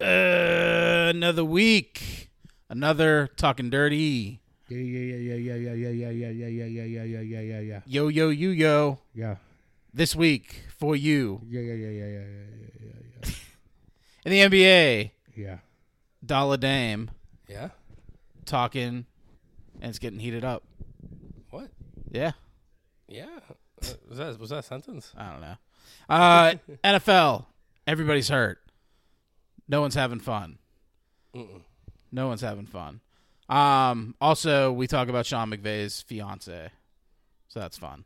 Uh, another week, another talking dirty. Yeah, yeah, yeah, yeah, yeah, yeah, yeah, yeah, yeah, yeah, yeah, yeah, yeah, yeah, yeah, yeah, Yo, yo, you, yo. yeah, This week for you yeah, yeah, yeah, yeah, yeah, yeah, yeah, in the NBA, yeah, yeah. Dollar Dame Yeah. talking, and it's getting heated up. What? Yeah, Yeah. Uh, Was that was that a sentence? I don't know. Uh, NFL, everybody's hurt. No one's having fun. Mm-mm. No one's having fun. Um, also, we talk about Sean McVay's fiance, so that's fun.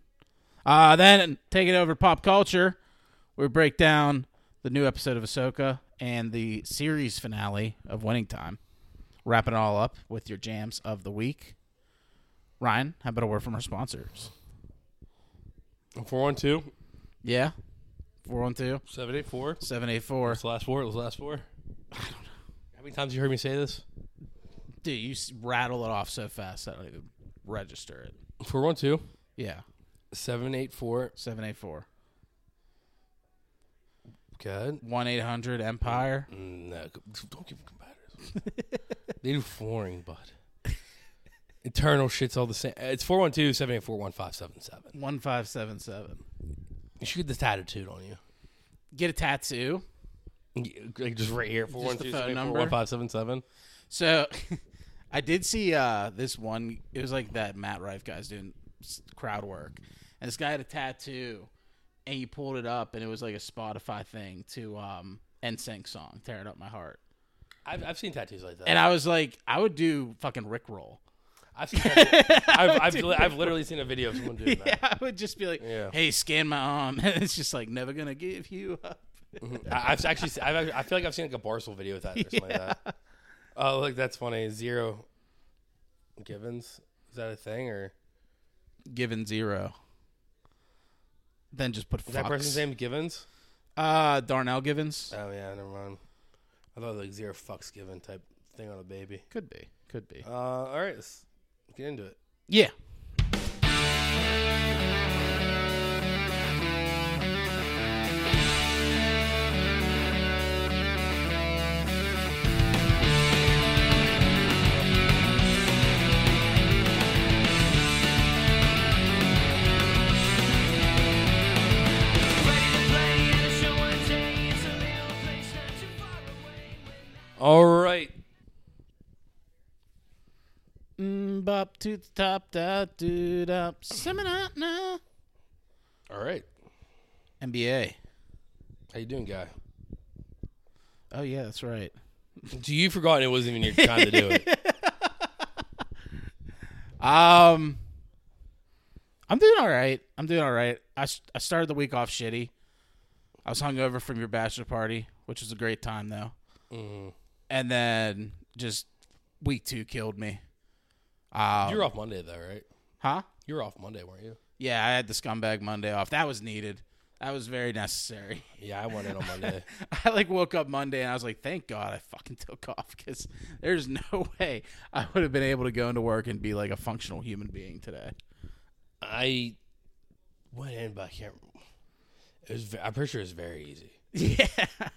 Uh, then take it over to pop culture. We break down the new episode of Ahsoka and the series finale of Winning Time. Wrapping it all up with your jams of the week. Ryan, how about a word from our sponsors? Four one two Yeah, four one two seven eight four. seven eight four. It's the last four. It was the last four. I don't know. How many times you heard me say this? Dude, you s- rattle it off so fast I don't even register it. Four one two Yeah, seven eight four. seven eight four. Good. One eight hundred Empire. Mm, No, c- don't give them competitors. they do flooring, bud. Internal shit's all the same. Uh, It's 412 784 1577. One five seven seven. You should get this tattooed on you. Get a tattoo. Y- Like just right here, 412 phone 784 number? 1577. So, I did see uh, this one. It was like that Matt Rife guy's doing s- crowd work, and this guy had a tattoo, and he pulled it up, and it was like a Spotify thing to um, NSYNC song, "Tearing Up My Heart." I've, I've seen tattoos like that. And I was like, I would do fucking Rickroll. I've, seen tattoos. I've, I've, li- I've literally seen a video of someone doing that. Yeah, I would just be like, Yeah. "Hey, scan my arm," and it's just like, "Never gonna give you up." I, I've actually, se- I've, act- I feel like I've seen like a Barcel video with that or something like that. Oh, look, that's funny. Zero Givens. Is that a thing or Given zero. Then just put is that person's fucks. name Givens? Uh, Darnell Givens. Oh yeah, never mind. I thought like zero fucks given type thing on a baby. Could be. Could be. Uh, all right, let's get into it. Yeah. All right, Mm, bop to the top, da do da. Summon up now. all right. NBA. How you doing, guy? Oh yeah, that's right. Do you forgotten it wasn't even your time to do it? Um, I'm doing all right. I'm doing all right. I s- I started the week off shitty. I was hungover from your bachelor party, which was a great time though. Mhm. And then just week two killed me. Um, You were off Monday though, right? huh? You were off Monday, weren't you? Yeah, I had the scumbag Monday off. That was needed. That was very necessary. Yeah, I went in on Monday. I like woke up Monday and I was like, thank God I fucking took off because there's no way I would have been able to go into work and be like a functional human being today. I went in, but I can't. It was. ve- I'm pretty sure it was very easy. Yeah.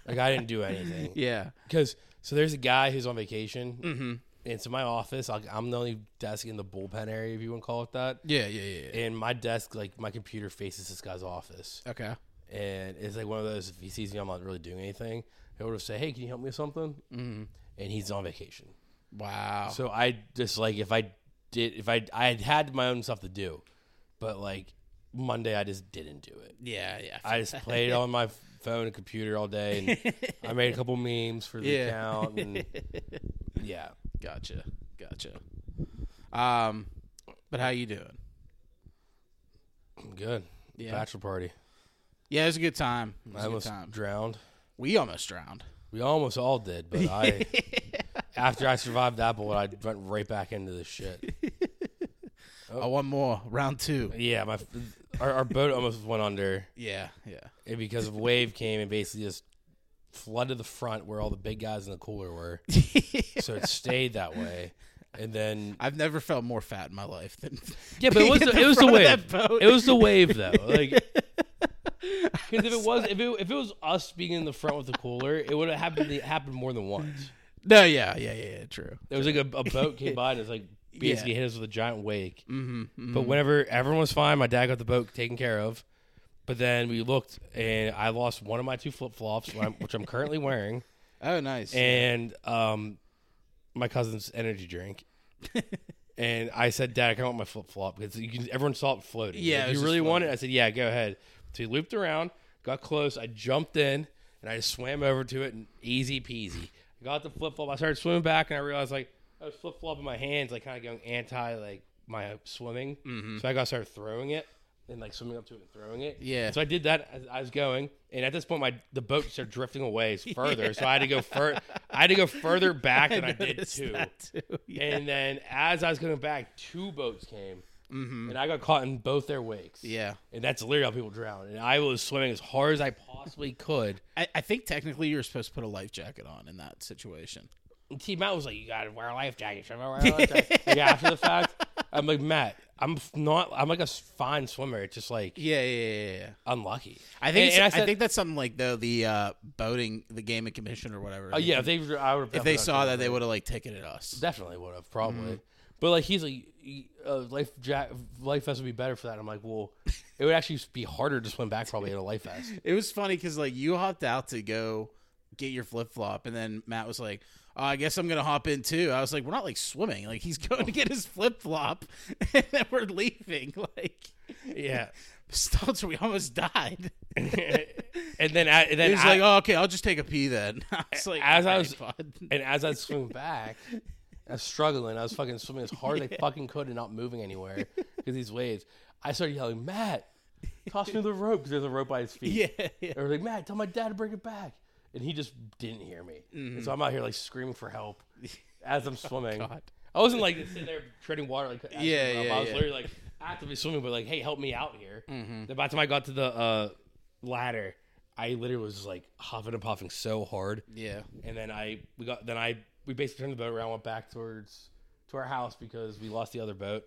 Like I didn't do anything Yeah. because so there's a guy who's on vacation. Mm-hmm. And so my office, I'll, I'm the only desk in the bullpen area, if you want to call it that. Yeah. Yeah. Yeah. And my desk, like my computer, faces this guy's office, Okay. and it's like one of those. If he sees me, I'm not really doing anything. He'll just say, "Hey, can you help me with something?" Mm-hmm. And he's on vacation. Wow. So I just like if I did if I I had had my own stuff to do, but like Monday I just didn't do it. yeah. Yeah. I just played on my phone and computer all day, and I made a couple memes for the Yeah. account. And yeah, gotcha. Gotcha. Um, but how you doing? I'm good. Yeah. Bachelor party. Yeah, it was a good time. It was I a good almost time. drowned. we almost drowned. We almost all did, but I after I survived that bullet, I went right back into this shit. Oh, one more round two. Yeah, my our, our boat almost went under Yeah. Yeah. and because a wave came and basically just flooded the front where all the big guys in the cooler were. So it stayed that way, and then I've never felt more fat in my life than Yeah, but it was being the, at it was the front of wave. that boat. It was the wave though. Like Because if it was if it, if it was us being in the front with the cooler, it would have happened it happened more than once. No, yeah, yeah, yeah, yeah, true. There was like a, a boat came by and it's like basically Yeah. hit us with a giant wake. Mm-hmm, mm-hmm. But whenever everyone was fine, my dad got the boat taken care of. But then we looked and I lost one of my two flip flops, which I'm currently wearing, Oh, nice. and um, my cousin's energy drink. and I said, Dad, I kind of want my flip flop because you can, everyone saw it floating. He's Yeah, like, it was you just really want it? floating. I said, Yeah, go ahead. So he looped around, got close. I jumped in and I just swam over to it and easy peasy. I got the flip flop. I started swimming back and I realized like I was flip flopping my hands, like kind of going anti like my swimming. Mm-hmm. So I got started throwing it and like swimming up to it and throwing it. Yeah. So I did that as I was going, and at this point my the boat started drifting away further. So I had to go fur- I had to go further back than I, did noticed too. that too. Yeah. And then as I was going back, two boats came, and I got caught in both their wakes. Mm-hmm. yeah. and that's literally how people drown. And I was swimming as hard as I possibly could. I, I think technically you're supposed to put a life jacket on in that situation. And T Matt was like, "You gotta wear a life jacket. You gotta wear a life jacket." like after the fact, I'm like, Matt, I'm f- not. I'm like a s- fine swimmer. It's just like Yeah, yeah, yeah, yeah. unlucky. I think And- and I, think that's something like though the uh, boating, the gaming commission or whatever. Oh yeah, if they I would if they saw that, they Mm-hmm. would have like ticketed us. Definitely would have probably. But like he's like y- uh, life jack life vest would be better for that. I'm like, well, it would actually be harder to swim back probably in a life vest. It was funny because like you hopped out to go get your flip flop, and then Matt was like, oh, "I guess I'm gonna hop in too." I was like, "We're not like swimming. Like he's going to get his flip flop, and then we're leaving." Like, Yeah. Stoltz, we almost died. and then I, and then He was I- like, "Oh, okay, I'll just take a pee then." I was like, As I "Alright, was- bud." and as I swim back, I was struggling. I was fucking swimming as hard as I fucking could and not moving anywhere because these waves. I started yelling, Matt, toss me the rope because there's a rope by his feet. yeah, yeah. And I was like, Matt, tell my dad to bring it back. And he just didn't hear me. And so I'm out here like screaming for help as I'm swimming. I wasn't like sitting there treading water. Like, as Yeah, I'm up. yeah, I was yeah. literally like actively swimming, but like, hey, help me out here. Then By the time I got to the uh, ladder, I literally was like huffing and puffing so hard. yeah. And then I we got then I we basically turned the boat around, went back towards to our house because we lost the other boat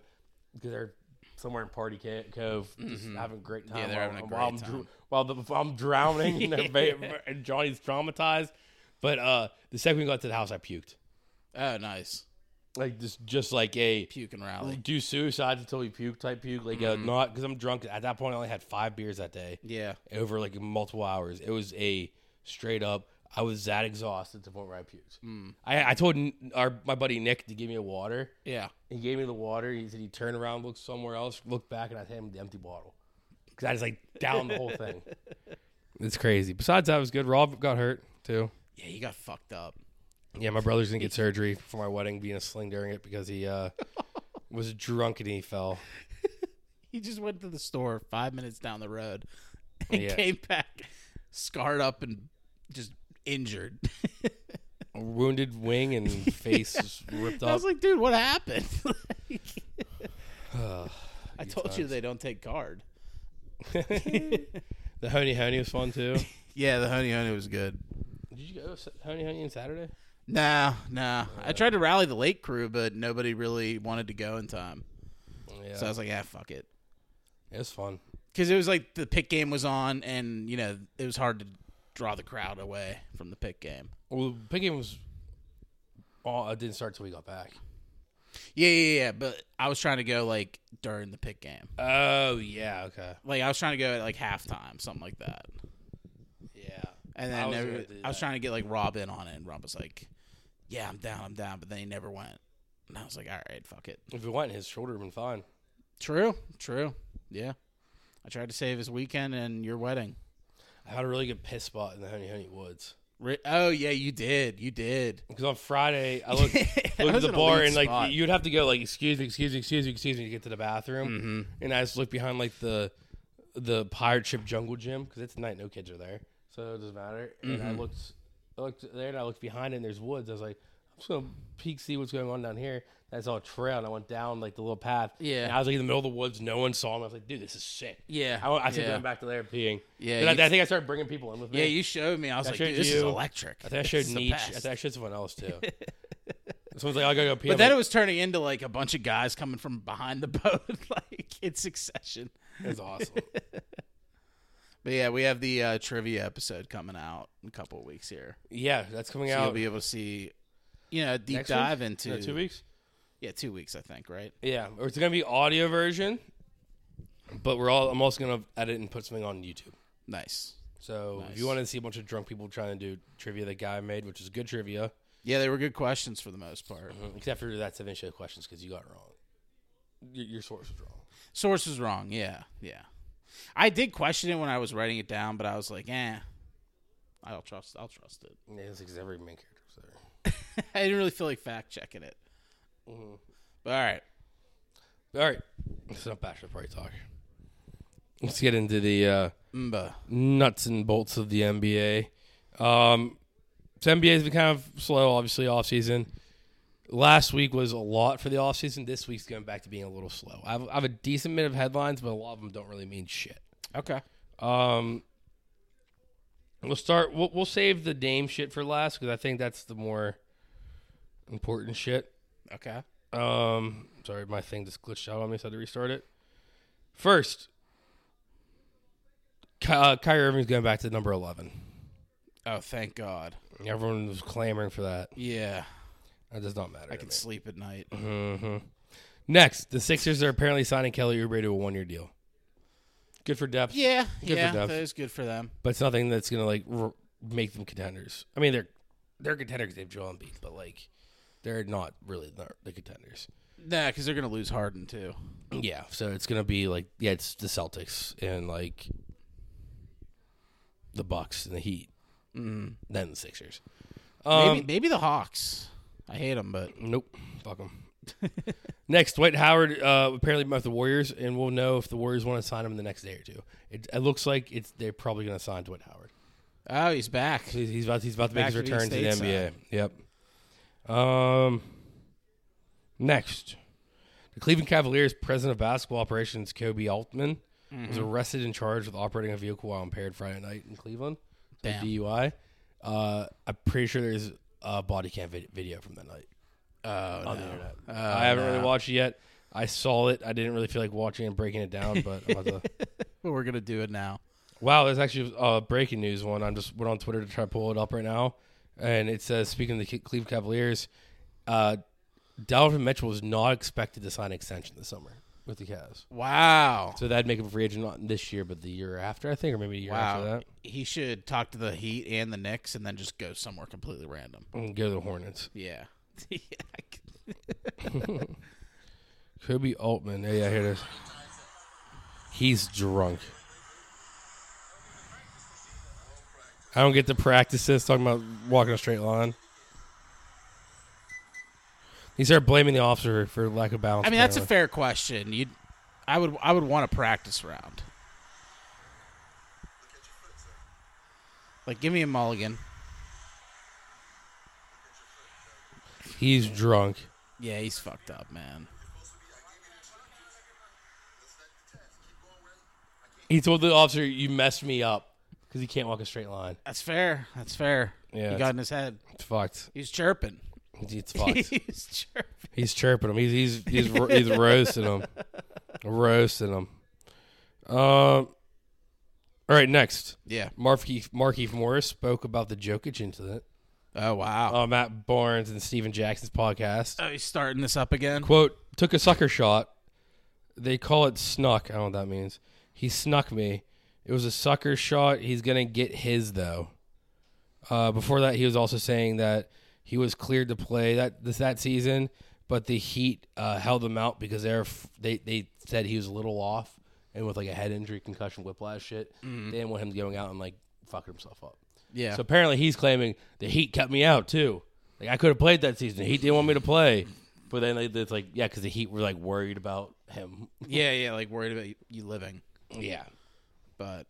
because they're somewhere in Party Ca- Cove just having a great Mm-hmm. time. Yeah, they're while- having a while great I'm time. dr- while, the, while I'm drowning and, they're ba- and Johnny's traumatized. But uh, the second we got to the house, I puked Oh, nice. like just just like a Puke Mm-hmm. and rally. do suicide until you puke type puke like uh not because I'm drunk at that point. I only had five beers that day Yeah. over like multiple hours. It was a straight up. I was that exhausted to the point where I puked. I, I told N- our my buddy Nick to give me a water. Yeah. He gave me the water. He said he turned around, looked somewhere else, looked back, and I handed him the empty bottle because I just like down the whole thing. It's crazy. Besides that, it was good. Rob got hurt too. Yeah, you got fucked up. Yeah, my brother's gonna get surgery for my wedding, being a sling during it because he uh, was drunk and he fell. He just went to the store five minutes down the road and Yeah. came back scarred up and just injured. Wounded wing and face is ripped I off. was like, dude, what happened? Like, I Good told you they don't take card. the honey honey was fun too. Yeah, the honey honey was good. Did you go s- honey honey on Saturday? Nah, nah. I tried to rally the lake crew, but nobody really wanted to go in time. Yeah, So I was like, yeah, fuck it. it was fun. Because it was like the pick game was on, and, you know, it was hard to draw the crowd away from the pick game. Well, the big game was. Oh, it didn't start till we got back. Yeah, yeah, yeah. But I was trying to go like during the pick game. Oh yeah, okay, Like I was trying to go at like halftime, something like that. yeah. And then I every- I was was, gonna do that. trying to get like Rob in on it, and Rob was like, "Yeah, I'm down, I'm down," but then he never went. And I was like, "All right, fuck it." If it went, his shoulder would have been fine. True, true. Yeah, I tried to save his weekend and your wedding. I had a really good piss spot in the honey honey woods. Re- oh yeah, you did, you did. Because on Friday, I looked, That looked at was the an bar elite and like spot. you'd have to go like excuse me, excuse me, excuse me, excuse me to get to the bathroom. Mm-hmm. And I just looked behind like the the pirate ship jungle gym because it's night, no kids are there, so it doesn't matter. And Mm-hmm. I looked, I looked there and I looked behind and there's woods. I was like, I'm just gonna peek see what's going on down here. And I saw a trail and I went down like the little path. Yeah. and I was like in the middle of the woods. No one saw me. I was like, dude, this is sick. Yeah, I, I started yeah. going back to there peeing. Yeah, Then I, you- I think I started bringing people in with me. Yeah, you showed me. I was I like, showed "Dude, this is you. electric." I think I This showed is the Nietzsche. I best. think I showed someone else too. Someone's like, I gotta go pee. But I'm then it like, was turning into like a bunch of guys coming from behind the boat, like in succession. That's awesome. But yeah, we have the uh, trivia episode coming out in a couple of weeks here. Yeah, that's coming So out. you'll be able to see, you know, a deep next week? dive No, into two weeks. Yeah, two weeks, I think. Right? Yeah, or it's gonna be audio version, but we're all. I'm also gonna edit and put something on YouTube. Nice. So if Nice. you want to see a bunch of drunk people trying to do trivia that guy made, which is good trivia, Yeah, they were good questions for the most part. except for that seven show questions because you got it wrong. Your, your source was wrong. Source was wrong. Yeah, yeah. I did question it when I was writing it down, but I was like, eh, I'll trust. I'll trust it. Yeah, it's because every main character was there. I didn't really feel like fact checking it. Mm-hmm. But all right. All right, it's not bachelor party talk. Let's get into the uh, Mba. nuts and bolts of the NBA. Um, so NBA has been kind of slow, obviously, off season. Last week was a lot for the off season. This week's going back to being a little slow. I have, I have a decent bit of headlines, but a lot of them don't really mean shit. Okay. Um, we'll start. We'll, we'll save the Dame shit for last because I think that's the more important shit. Okay. Um, sorry, my thing just glitched out on me, so I had to restart it. First, Ky- uh, Kyrie Irving's going back to number eleven. Oh, thank God. Everyone was clamoring for that. Yeah, That does not matter. I can sleep at night. hmm Next, the Sixers are apparently signing Kelly Oubre to a one-year deal. Good for depth, Yeah, Good yeah, for Dev. that is good for them. but it's nothing that's gonna like r- make them contenders. I mean, they're they're contenders. They've Joel Embiid, but like they're not really the, the contenders. Nah, because they're gonna lose Harden too. Yeah, so it's gonna be like yeah, it's the Celtics and like the Bucks and the Heat, Mm. then the Sixers. Um, Maybe maybe the Hawks. I hate them, but Nope. Fuck them. next, Dwight Howard uh, apparently met the Warriors, and we'll know if the Warriors want to sign him in the next day or two. It, it looks like it's they're probably going to sign Dwight Howard. oh, he's back. So he's, he's about he's about to make Back his to the return to the NBA. stateside. Yep. Um. Next, the Cleveland Cavaliers president of basketball operations Kobe Altman Mm-hmm. was arrested and charged with operating a vehicle while impaired Friday night in Cleveland. So Damn. DUI. Uh, I'm pretty sure there's a body cam vid- video from that night Oh on no. the internet. Oh, I haven't no. really watched it yet. I saw it. I didn't really feel like watching and breaking it down, but I'm about to... But we're gonna do it now. wow, there's actually uh, breaking news one. I'm just went on Twitter to try to pull it up right now, and it says speaking of the Cleveland Cavaliers, uh, Donovan Mitchell is not expected to sign an extension this summer with the Cavs, Wow. so that'd make him a free agent not this year, but the year after, I think, or maybe a year after Wow. that. He should talk to the Heat and the Knicks, and then just go somewhere completely random. And Mm, go to the Hornets. Yeah. Yeah, I c- Kobe Altman. Yeah, yeah, here it is. He's drunk. I don't get to practice this. Talking about walking a straight line. He started blaming the officer for lack of balance. I mean, that's a apparently. fair question. You, I would, I would want a practice round. Like, give me a mulligan. He's drunk. Yeah, he's fucked up, man. He told the officer, "You messed me up," because he can't walk a straight line. That's fair. That's fair. Yeah, he it's- got in his head. It's fucked. He's chirping. It's fucked. he's chirping. He's chirping him. He's he's he's, ro- he's roasting him, roasting him. Um. all right, next, Yeah. Markeith, Markeith E, Morris spoke about the Jokic incident Oh wow. on Matt Barnes and Steven Jackson's podcast. oh, he's starting this up again. "Quote: Took a sucker shot. They call it snuck. I don't know what that means. He snuck me. It was a sucker shot. He's gonna get his though." Uh, before that, he was also saying that he was cleared to play that this that season, but the Heat uh, held him out because they were f- they they said he was a little off and with like a head injury, concussion, whiplash shit. They didn't want him going out and like fucking himself up. Yeah. So apparently he's claiming the Heat cut me out too. Like I could have played that season. The Heat didn't want me to play, but then they- it's like yeah, because the Heat were like worried about him. yeah, yeah. Like worried about you- you living, Yeah, but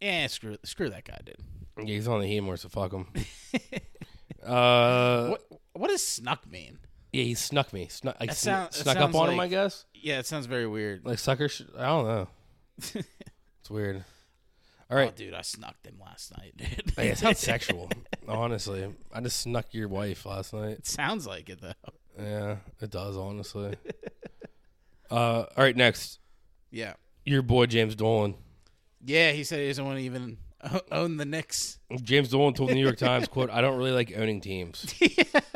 yeah, screw screw that guy, dude. yeah he's on the Heat more, so fuck him. uh, What what does snuck mean? yeah, he snuck me. Snuck, like, That sound- that snuck up sounds on him, like- I guess. Yeah, it sounds very weird. Like sucker. Sh- I don't know. It's weird. Oh, All right. dude, I snuck them last night, dude. Yeah, it sounds sexual. Honestly, I just snuck your wife last night. It sounds like it though. Yeah, it does. Honestly. Uh, all right. Next, Yeah. your boy James Dolan. Yeah, he said he doesn't want to even o- own the Knicks. James Dolan told the New York Times, "quote I don't really like owning teams." That's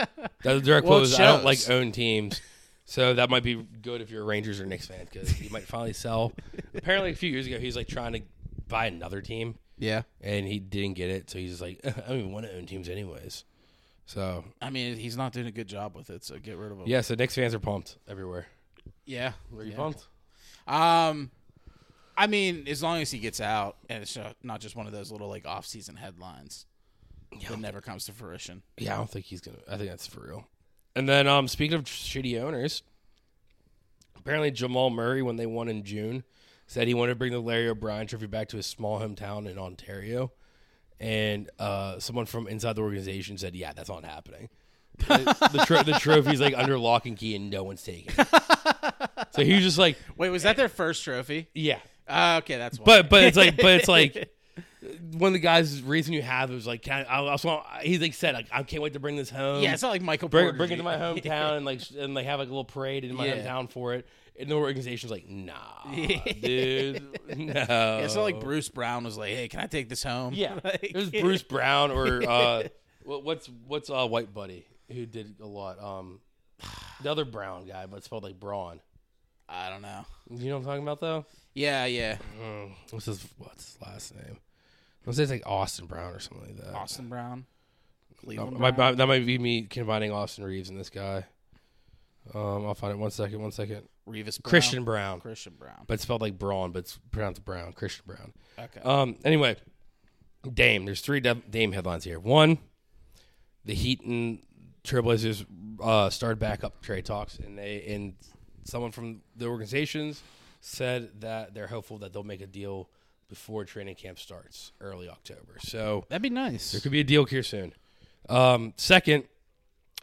a direct Well, quote. it is, I don't like shows. own teams, so that might be good if you're a Rangers or Knicks fan because you might finally sell. Apparently, a few years ago, he was like trying to buy another team Yeah, and he didn't get it, so he's just like, "I don't even want to own teams anyways." So I mean he's not doing a good job with it, so get rid of him. yeah, so Knicks fans are pumped everywhere. yeah. yeah. pumped? Um, I mean, as long as he gets out, and it's not- not just one of those little like off-season headlines that never comes to fruition. Yeah, I don't think he's gonna. I think that's for real. And then, um, speaking of shitty owners, apparently Jamal Murray, when they won in June, said he wanted to bring the Larry O'Brien Trophy back to his small hometown in Ontario. And uh, someone from inside the organization said, "Yeah, that's not happening." the, the, tro- the trophy's like under lock and key, and no one's taking it. so he was just like, Wait, was that their first trophy? "Yeah, Uh, okay, that's why. but but it's like but it's like one of the guys reason you have it was like can I, I also want, he's like said like I can't wait to bring this home. yeah, it's not like Michael bring Porter bring it to Jr. my hometown and like sh- and like have like a little parade in my Yeah. hometown for it. And the organization's like, nah, dude, no. Yeah, it's not like Bruce Brown was like, "Hey, can I take this home?" Oh. yeah, Like- it was Bruce Brown or uh, what, what's what's uh White Buddy who did a lot. Um, the other Brown guy, but spelled like Braun. I don't know. You know what I'm talking about though. Yeah, yeah. Mm, what's his what's his last name? Let's say it's like Austin Brown or something like that. Austin Brown, No, Cleveland. Oh, my- Brown. my- that might be me combining Austin Reeves and this guy. Um, I'll find it. One second. One second. Revis Brown. Christian Brown, Christian Brown. but it's spelled like Braun, but it's pronounced Brown. Christian Brown. Okay. Um. Anyway, Dame. There's three Dam- Dame headlines here. One, the Heat and Trailblazers uh, started back up trade talks, and they and someone from the organizations said that they're hopeful that they'll make a deal before training camp starts early October. So That'd be nice. there could be a deal here soon. Um, second,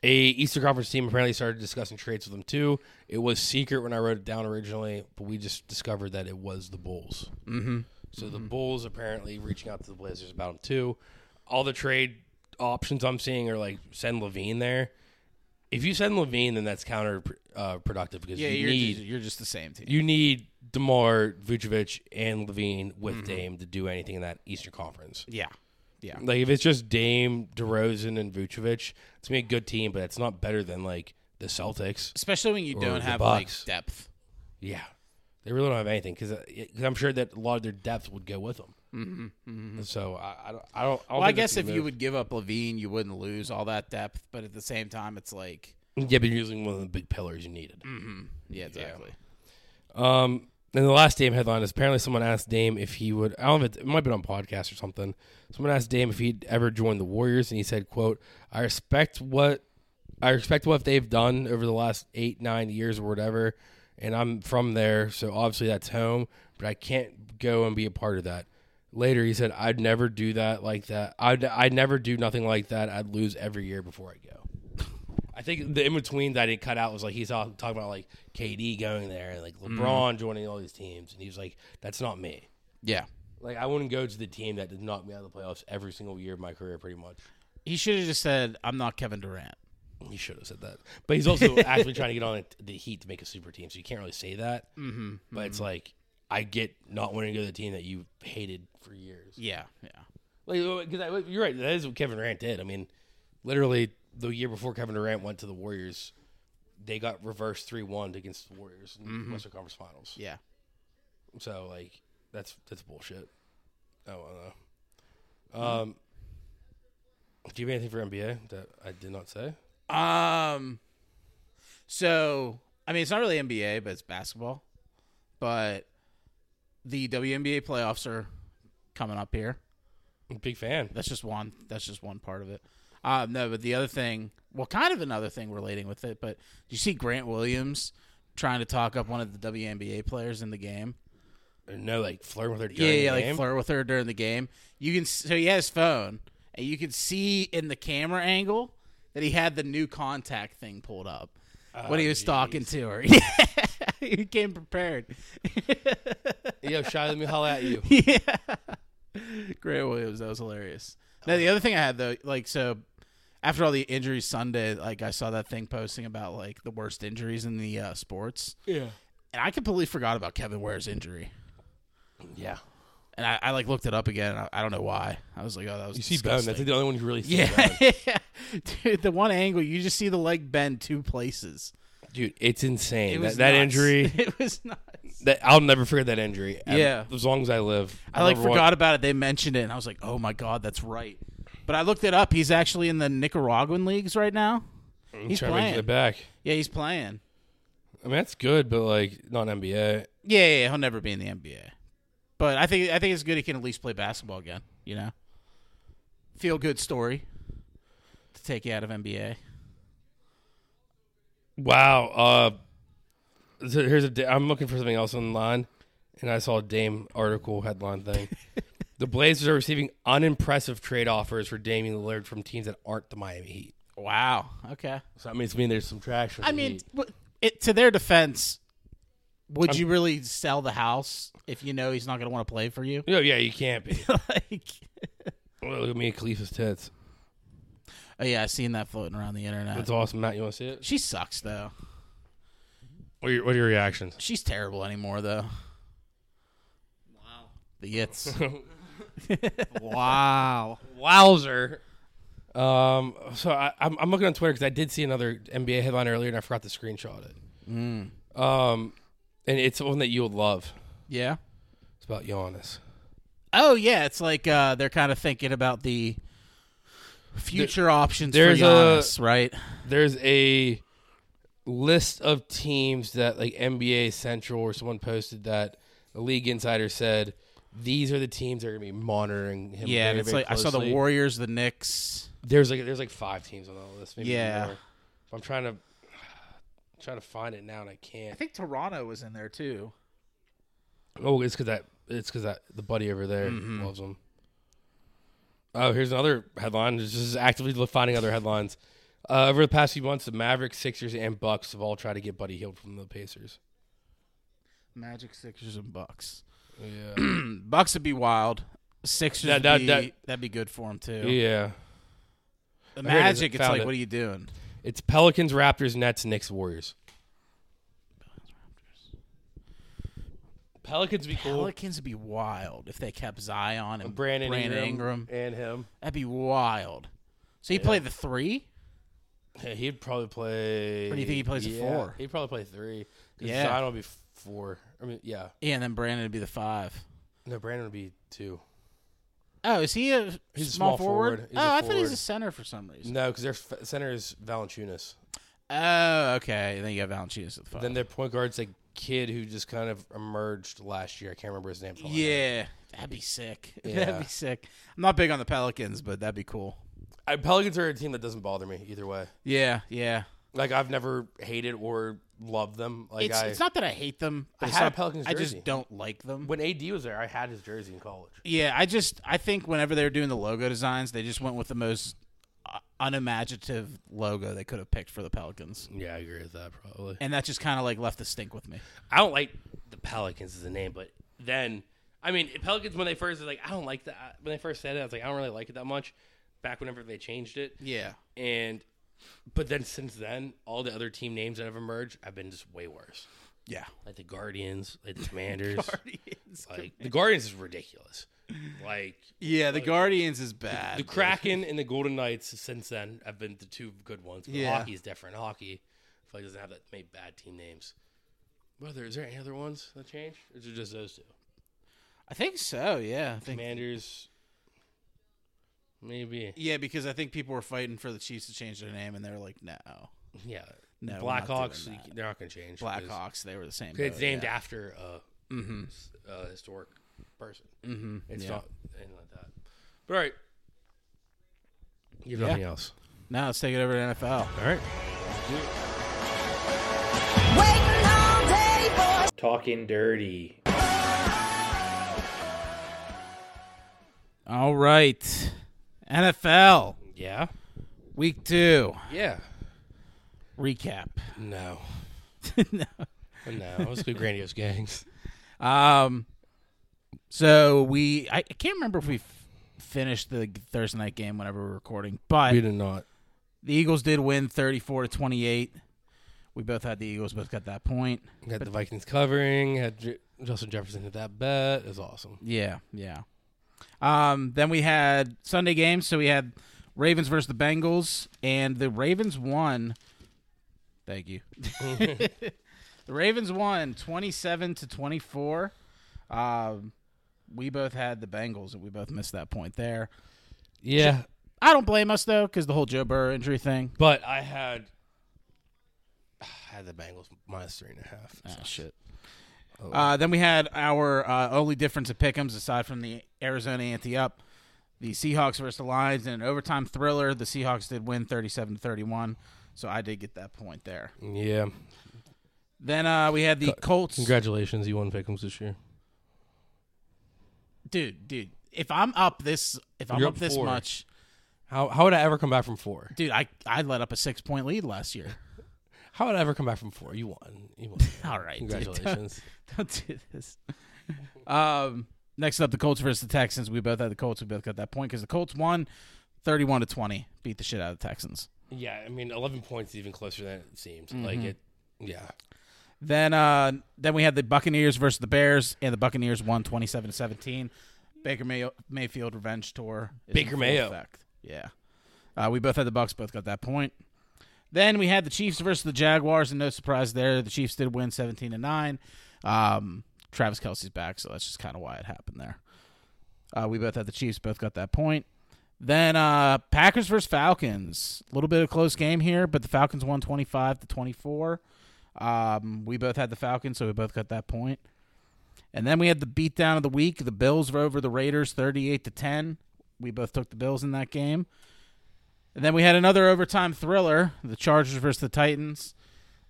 a Eastern Conference team apparently started discussing trades with them too. It was secret when I wrote it down originally, but we just discovered that it was the Bulls. Mm-hmm. So the Bulls apparently reaching out to the Blazers about them too. All the trade options I'm seeing are like send Levine there. If you send Levine, then that's counterproductive uh, productive because yeah, you you're need just, you're just the same team. you need Demar Vucevic and Levine with Mm-hmm. Dame to do anything in that Eastern Conference. yeah, yeah. Like if it's just Dame, DeRozan, and Vucevic, it's gonna be a good team, but it's not better than like the Celtics. Especially when you don't the have like Bucks. depth. Yeah, they really don't have anything because I'm sure that a lot of their depth would go with them. Mm-hmm, So I, I don't. I don't. I, don't Well, I think that's guess if the you move. would give up Levine, you wouldn't lose all that depth. But at the same time, it's like, yeah, but you're using one of the big pillars you needed. yeah, exactly. Um, and the last Dame headline is apparently someone asked Dame if he would. I don't know if it, it might have been on podcast or something. Someone asked Dame if he'd ever joined the Warriors, and he said, "quote I respect what I respect what they've done over the last eight nine years or whatever, and I'm from there, so obviously that's home. But I can't go and be a part of that." Later, he said, "I'd never do that like that. I'd I'd never do nothing like that. I'd lose every year before I go." I think the in between that it cut out was like he's all talking about like KD going there and like LeBron joining all these teams, and he was like, "That's not me. Yeah, Like I wouldn't go to the team that did knock me out of the playoffs every single year of my career, pretty much." he should have just said, "I'm not Kevin Durant." He should have said that, but he's also actually trying to get on the Heat to make a super team, so you can't really say that. Mm-hmm, but it's like I get not wanting to go to the team that you hated for years. Yeah, yeah, Like because you're right, that is what Kevin Durant did. I mean, literally the year before Kevin Durant went to the Warriors, they got reversed three one against the Warriors in Mm-hmm. the Western Conference Finals. yeah. So like that's that's bullshit. I don't know. Um, do you have anything for NBA that I did not say? Um, so I mean, it's not really NBA, but it's basketball. But the WNBA playoffs are coming up here. Big fan. That's just one. That's just one part of it. Um, no, but the other thing, well, kind of another thing relating with it, but do you see Grant Williams trying to talk up one of the WNBA players in the game? No, like flirting with her during Yeah, yeah, the like game. flirt with her during the game. You can so he has his phone, and you can see in the camera angle that he had the new contact thing pulled up when he was Oh, talking to her. he came prepared. Yo, shy, let me holler at you. yeah, Grant Williams, that was hilarious. Now the other thing I had though, like so, after all the injuries Sunday, like I saw that thing posting about like the worst injuries in the uh, sports, Yeah, and I completely forgot about Kevin Ware's injury. yeah. and I, I like looked it up again. And I, I don't know why. I was like, oh, that was You see Bone. disgusting. That's like the only one you really see. Bone. Yeah, dude, the one angle you just see the leg bend two places. Dude, it's insane. It that was that nuts. injury, It was nuts. that I'll never forget that injury. ever- Yeah. as long as I live. I like remember forgot about it. They mentioned it, and I was like, "Oh my god, that's right." But I looked it up. He's actually in the Nicaraguan leagues right now. watching- he's trying to get playing. it back. Yeah, he's playing. I mean, that's good, but like not an NBA. Yeah, yeah, yeah, he'll never be in the NBA. But I think I think it's good he can at least play basketball again. You know, feel good story to take you out of NBA. Wow. Uh, so here's a. Da- I'm looking for something else online, and I saw a Dame article headline thing. the Blazers are receiving unimpressive trade offers for Damian Lillard from teams that aren't the Miami Heat. Wow. Okay. So that means mean there's some traction. I with the mean, Heat. w- it, to their defense, would you really sell the house if you know he's not going to want to play for you? no, Oh, yeah, you can't be. like, well, look at me, and Khalifa's tits. oh yeah, I seen that floating around the internet. That's awesome, Matt. You want to see it? She sucks though. What are your, what are your reactions? She's terrible anymore though. Wow. The Yits. Wow. Wowzer. Um, so I, I'm, I'm looking on Twitter because I did see another NBA headline earlier and I forgot to screenshot it. Mm. Um, and it's one that you would love. yeah. It's about Giannis. Oh yeah, it's like uh, they're kind of thinking about the future options there's a- for Giannis, right? There's a list of teams that like NBA Central or someone posted that the league insider said these are the teams that are gonna be monitoring him. Yeah, and very, it's very like I saw the closely. Warriors, the Knicks. There's like there's like five teams on all this. Maybe Yeah. more. If I'm trying to try to find it now and I can't. think Toronto was in there too. Oh, it's because that it's because that the buddy over there loves him. Oh, here's another headline. This is actively lo- finding other headlines. Uh, over the past few months, the Mavericks, Sixers, and Bucks have all tried to get Buddy Hield from the Pacers. Magic, Sixers, and Bucks. Yeah, Bucks would be wild. Sixers, That- would that- be, that- that'd be good for him too. yeah. The I heard it. Magic, it's Found like, it. what are you doing? It's Pelicans, Raptors, Nets, Knicks, Warriors. Pelicans be cool. Pelicans would be wild if they kept Zion and Brandon, Brandon, Ingram. Ingram and him. That'd be wild. So he played the three. Yeah, he'd probably play. Or do you think he plays a yeah, four? He'd probably play three. 'cause Yeah. Zion would be four. I mean, yeah. Yeah, and then Brandon would be the five. No, Brandon would be two. Oh, is he a He's a small, small forward? forward. He's Oh, a I thought he was forward. a center for some reason. No, because their f- center is Valanciunas. Oh, okay. And then you got Valanciunas at the five. Then their point guard's like kid who just kind of emerged last year. I can't remember his name. from yeah, that'd be sick. Yeah. That'd be sick. I'm not big on the Pelicans, but that'd be cool. I, Pelicans are a team that doesn't bother me either way. Yeah, yeah. Like I've never hated or loved them. Like it's, I, it's not that I hate them. I It's had a not- Pelicans I jersey. just don't like them. when AD was there, I had his jersey in college. Yeah, I just I think whenever they were doing the logo designs, they just went with the most uh, unimaginative logo they could have picked for the Pelicans, Yeah, I agree with that probably. and that just kind of like left the stink with me. I don't like the Pelicans as a name, but then I mean Pelicans when they first like I don't like that when they first said it I was like I don't really like it that much. Back whenever they changed it, Yeah, and but then since then all the other team names that have emerged have been just way worse. yeah. like the Guardians, like the Commanders. like the Guardians is ridiculous. Like Yeah, the Guardians is bad. the Kraken and the Golden Knights since then have been the two good ones. But Yeah. hockey is different. Hockey I feel like doesn't have that many bad team names. Whether is there any other ones that change? Or is it just those two? I think so. Yeah, I think. Commanders maybe. Yeah, because I think people were fighting for the Chiefs to change their name, and they were like, no, Yeah. No, we're not Blackhawks doing that. they're not gonna change. because- Blackhawks. They were the same. 'cause It's boat, named yeah. after a s- a historic person. Mhm, It's yeah. not anything like that. But all right. You have Yeah. nothing else. Now let's take it over to NFL. All right. Waiting all day for Talking dirty. All right, NFL Yeah. Week Two Yeah. recap. No. no. No. Let's do grandiose gangs. Um, so we I, I can't remember if we f- finished the Thursday night game whenever we were recording, but did not. the Eagles did win thirty four to twenty eight, We both had the Eagles, both got that point. We Had the Vikings covering. Had J- Justin Jefferson hit that bet. It was awesome. Yeah, yeah. Um, then we had Sunday games. So we had Ravens versus the Bengals, and the Ravens won. Thank you. the Ravens won 27 to 24. Um, we both had the Bengals, and we both missed that point there. Yeah, I don't blame us, though, because the whole Joe Burrow injury thing. but I had I had the Bengals minus three and a half. Ah, shit. Oh. Uh, then we had our uh, only difference of pickems aside from the Arizona ante up, the Seahawks versus the Lions in an overtime thriller. The Seahawks did win 37 to 31, so I did get that point there. Yeah, Then uh, we had the Colts. congratulations, you won Pickums this year. Dude, dude, if I'm up this, if I'm You're up, up this four. much, How how would I ever come back from four? dude, I I let up a six point lead last year. How would I ever come back from four? You won. You won. All right, dude, don't- Congratulations. don't do this. Um, next up, the Colts versus the Texans. We both had the Colts. We both got that point because the Colts won 31 to 20, beat the shit out of the Texans. yeah, I mean, eleven points is even closer than it seems. Like Mm-hmm. it. Yeah. Then, uh, then we had the Buccaneers versus the Bears, and the Buccaneers won 27 to 17. Baker May- Mayfield revenge tour. is in Baker full Mayo. effect. Yeah. Uh, we both had the Bucks. Both got that point. Then we had the Chiefs versus the Jaguars, and no surprise there, the Chiefs did win 17 to nine. Um, Travis Kelsey's back, so that's just kind of why it happened there. Uh, we both had the Chiefs, both got that point. Then uh, Packers versus Falcons, a little bit of close game here, but the Falcons won 25 to 24. Um, we both had the Falcons, so we both got that point. And then we had the beatdown of the week. The Bills were over the Raiders 38 to 10. We both took the Bills in that game. And then we had another overtime thriller, the Chargers versus the Titans.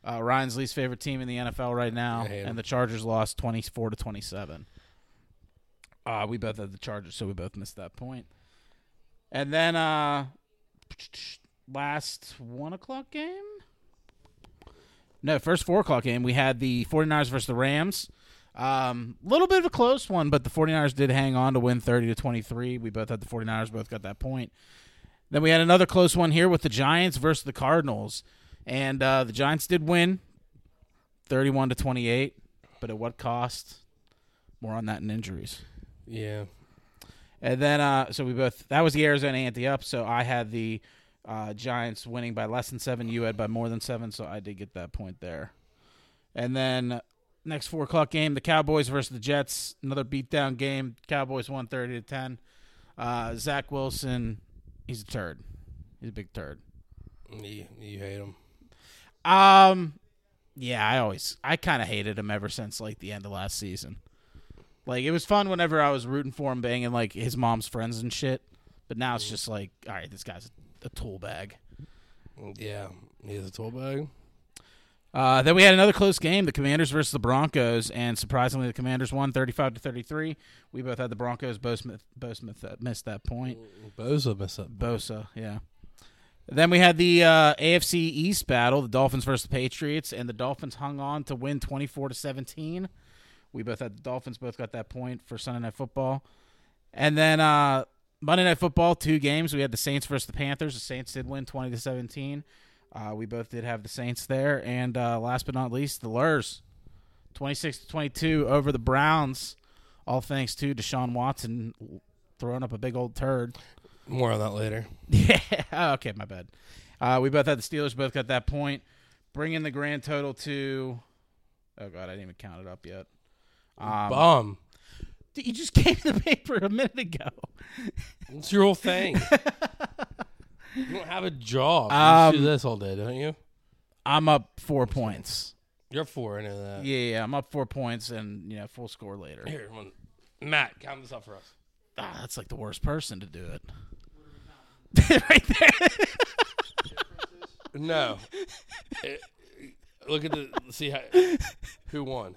Uh, Ryan's least favorite team in the NFL right now, I hate him. and the Chargers lost 24 to 27. Uh, we both had the Chargers, so we both missed that point. And then uh last one o'clock game? No, first four o'clock game, we had the 49ers versus the Rams. Um, little bit of a close one, but the 49ers did hang on to win 30 to 23. We both had the 49ers, both got that point. Then we had another close one here with the Giants versus the Cardinals. And uh, the Giants did win 31 to 28, but at what cost? More on that in injuries. Yeah. And then, uh, so we both that was the Arizona ante up. So I had the uh, Giants winning by less than seven. You had by more than seven. So I did get that point there. And then next four o'clock game, the Cowboys versus the Jets. Another beatdown game. Cowboys one thirty to ten. Uh, Zach Wilson, he's a turd. He's a big turd. You, you hate him. Um, yeah, I always I kind of hated him ever since like the end of last season. Like it was fun whenever I was rooting for him, banging like his mom's friends and shit. But now it's just like, all right, this guy's a tool bag. Yeah. He has a tool bag. Uh, then we had another close game, the Commanders versus the Broncos, and surprisingly, the Commanders won, thirty-five to thirty-three. We both had the Broncos. Both mi- both mi- missed that point. Bosa mess up. Bosa, yeah. Then we had the uh, AFC East battle, the Dolphins versus the Patriots, and the Dolphins hung on to win 24 to 17. We both had the Dolphins, both got that point for Sunday Night Football. And then uh, Monday Night Football, two games. We had the Saints versus the Panthers. The Saints did win 20 to 17. Uh, we both did have the Saints there. And uh, last but not least, the Lurs, 26 to 22 over the Browns, all thanks to Deshaun Watson throwing up a big old turd. More on that later. Yeah. Oh, okay, my bad. Uh, we both had the Steelers. Both got that point. Bringing the grand total to. Oh god, I didn't even count it up yet. Um, Bomb. Dude, you just gave the paper a minute ago. It's your whole thing. you don't have a job. Um, you just do this all day, don't you? I'm up four points. You're four. I know that. Yeah, yeah, I'm up four points, and you know, full score later. Here, one. Matt, count this up for us. Ah, that's like the worst person to do it. right there. No. Eh, Look at the see how, who won.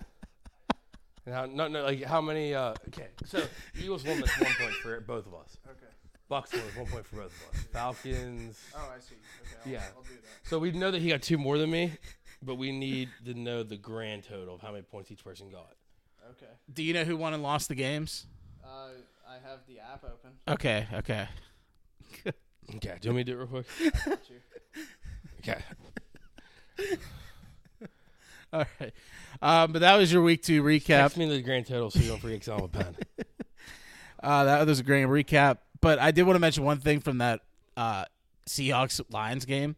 And how, no, no, like how many? Uh, okay, so Eagles won this one point for both of us. Okay. Bucks won with one point for both of us. Falcons. Oh, I see. Okay, I'll, Yeah. I'll do that. So we know that he got two more than me, but we need to know the grand total of how many points each person got. Okay. Do you know who won and lost the games? Uh, I have the app open. Okay, okay. Okay. Do you want me to do it real quick? Got you. Okay. All right. Um, but that was your week two recap. Text me the grand total so you don't forget 'cause I don't have a pen. Uh, that was a great recap. But I did want to mention one thing from that uh, Seahawks Lions game.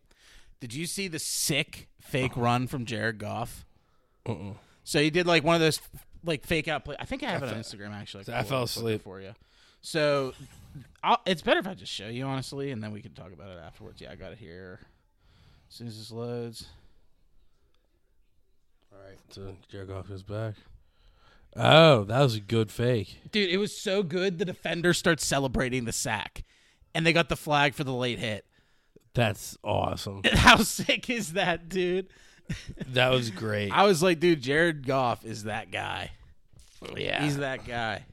Did you see the sick fake run from Jared Goff? Mm-mm. So he did like one of those like fake out play. I think I have it on Instagram actually. I fell I'll put it asleep. for you. So I'll, it's better if I just show you honestly, and then we can talk about it afterwards. Yeah, I got it here. As soon as this loads. All right, so Jared Goff is back. Oh, that was a good fake. Dude, it was so good. The defender starts celebrating the sack, and they got the flag for the late hit. That's awesome. How sick is that, dude? that was great. I was like, dude, Jared Goff is that guy. yeah, He's that guy.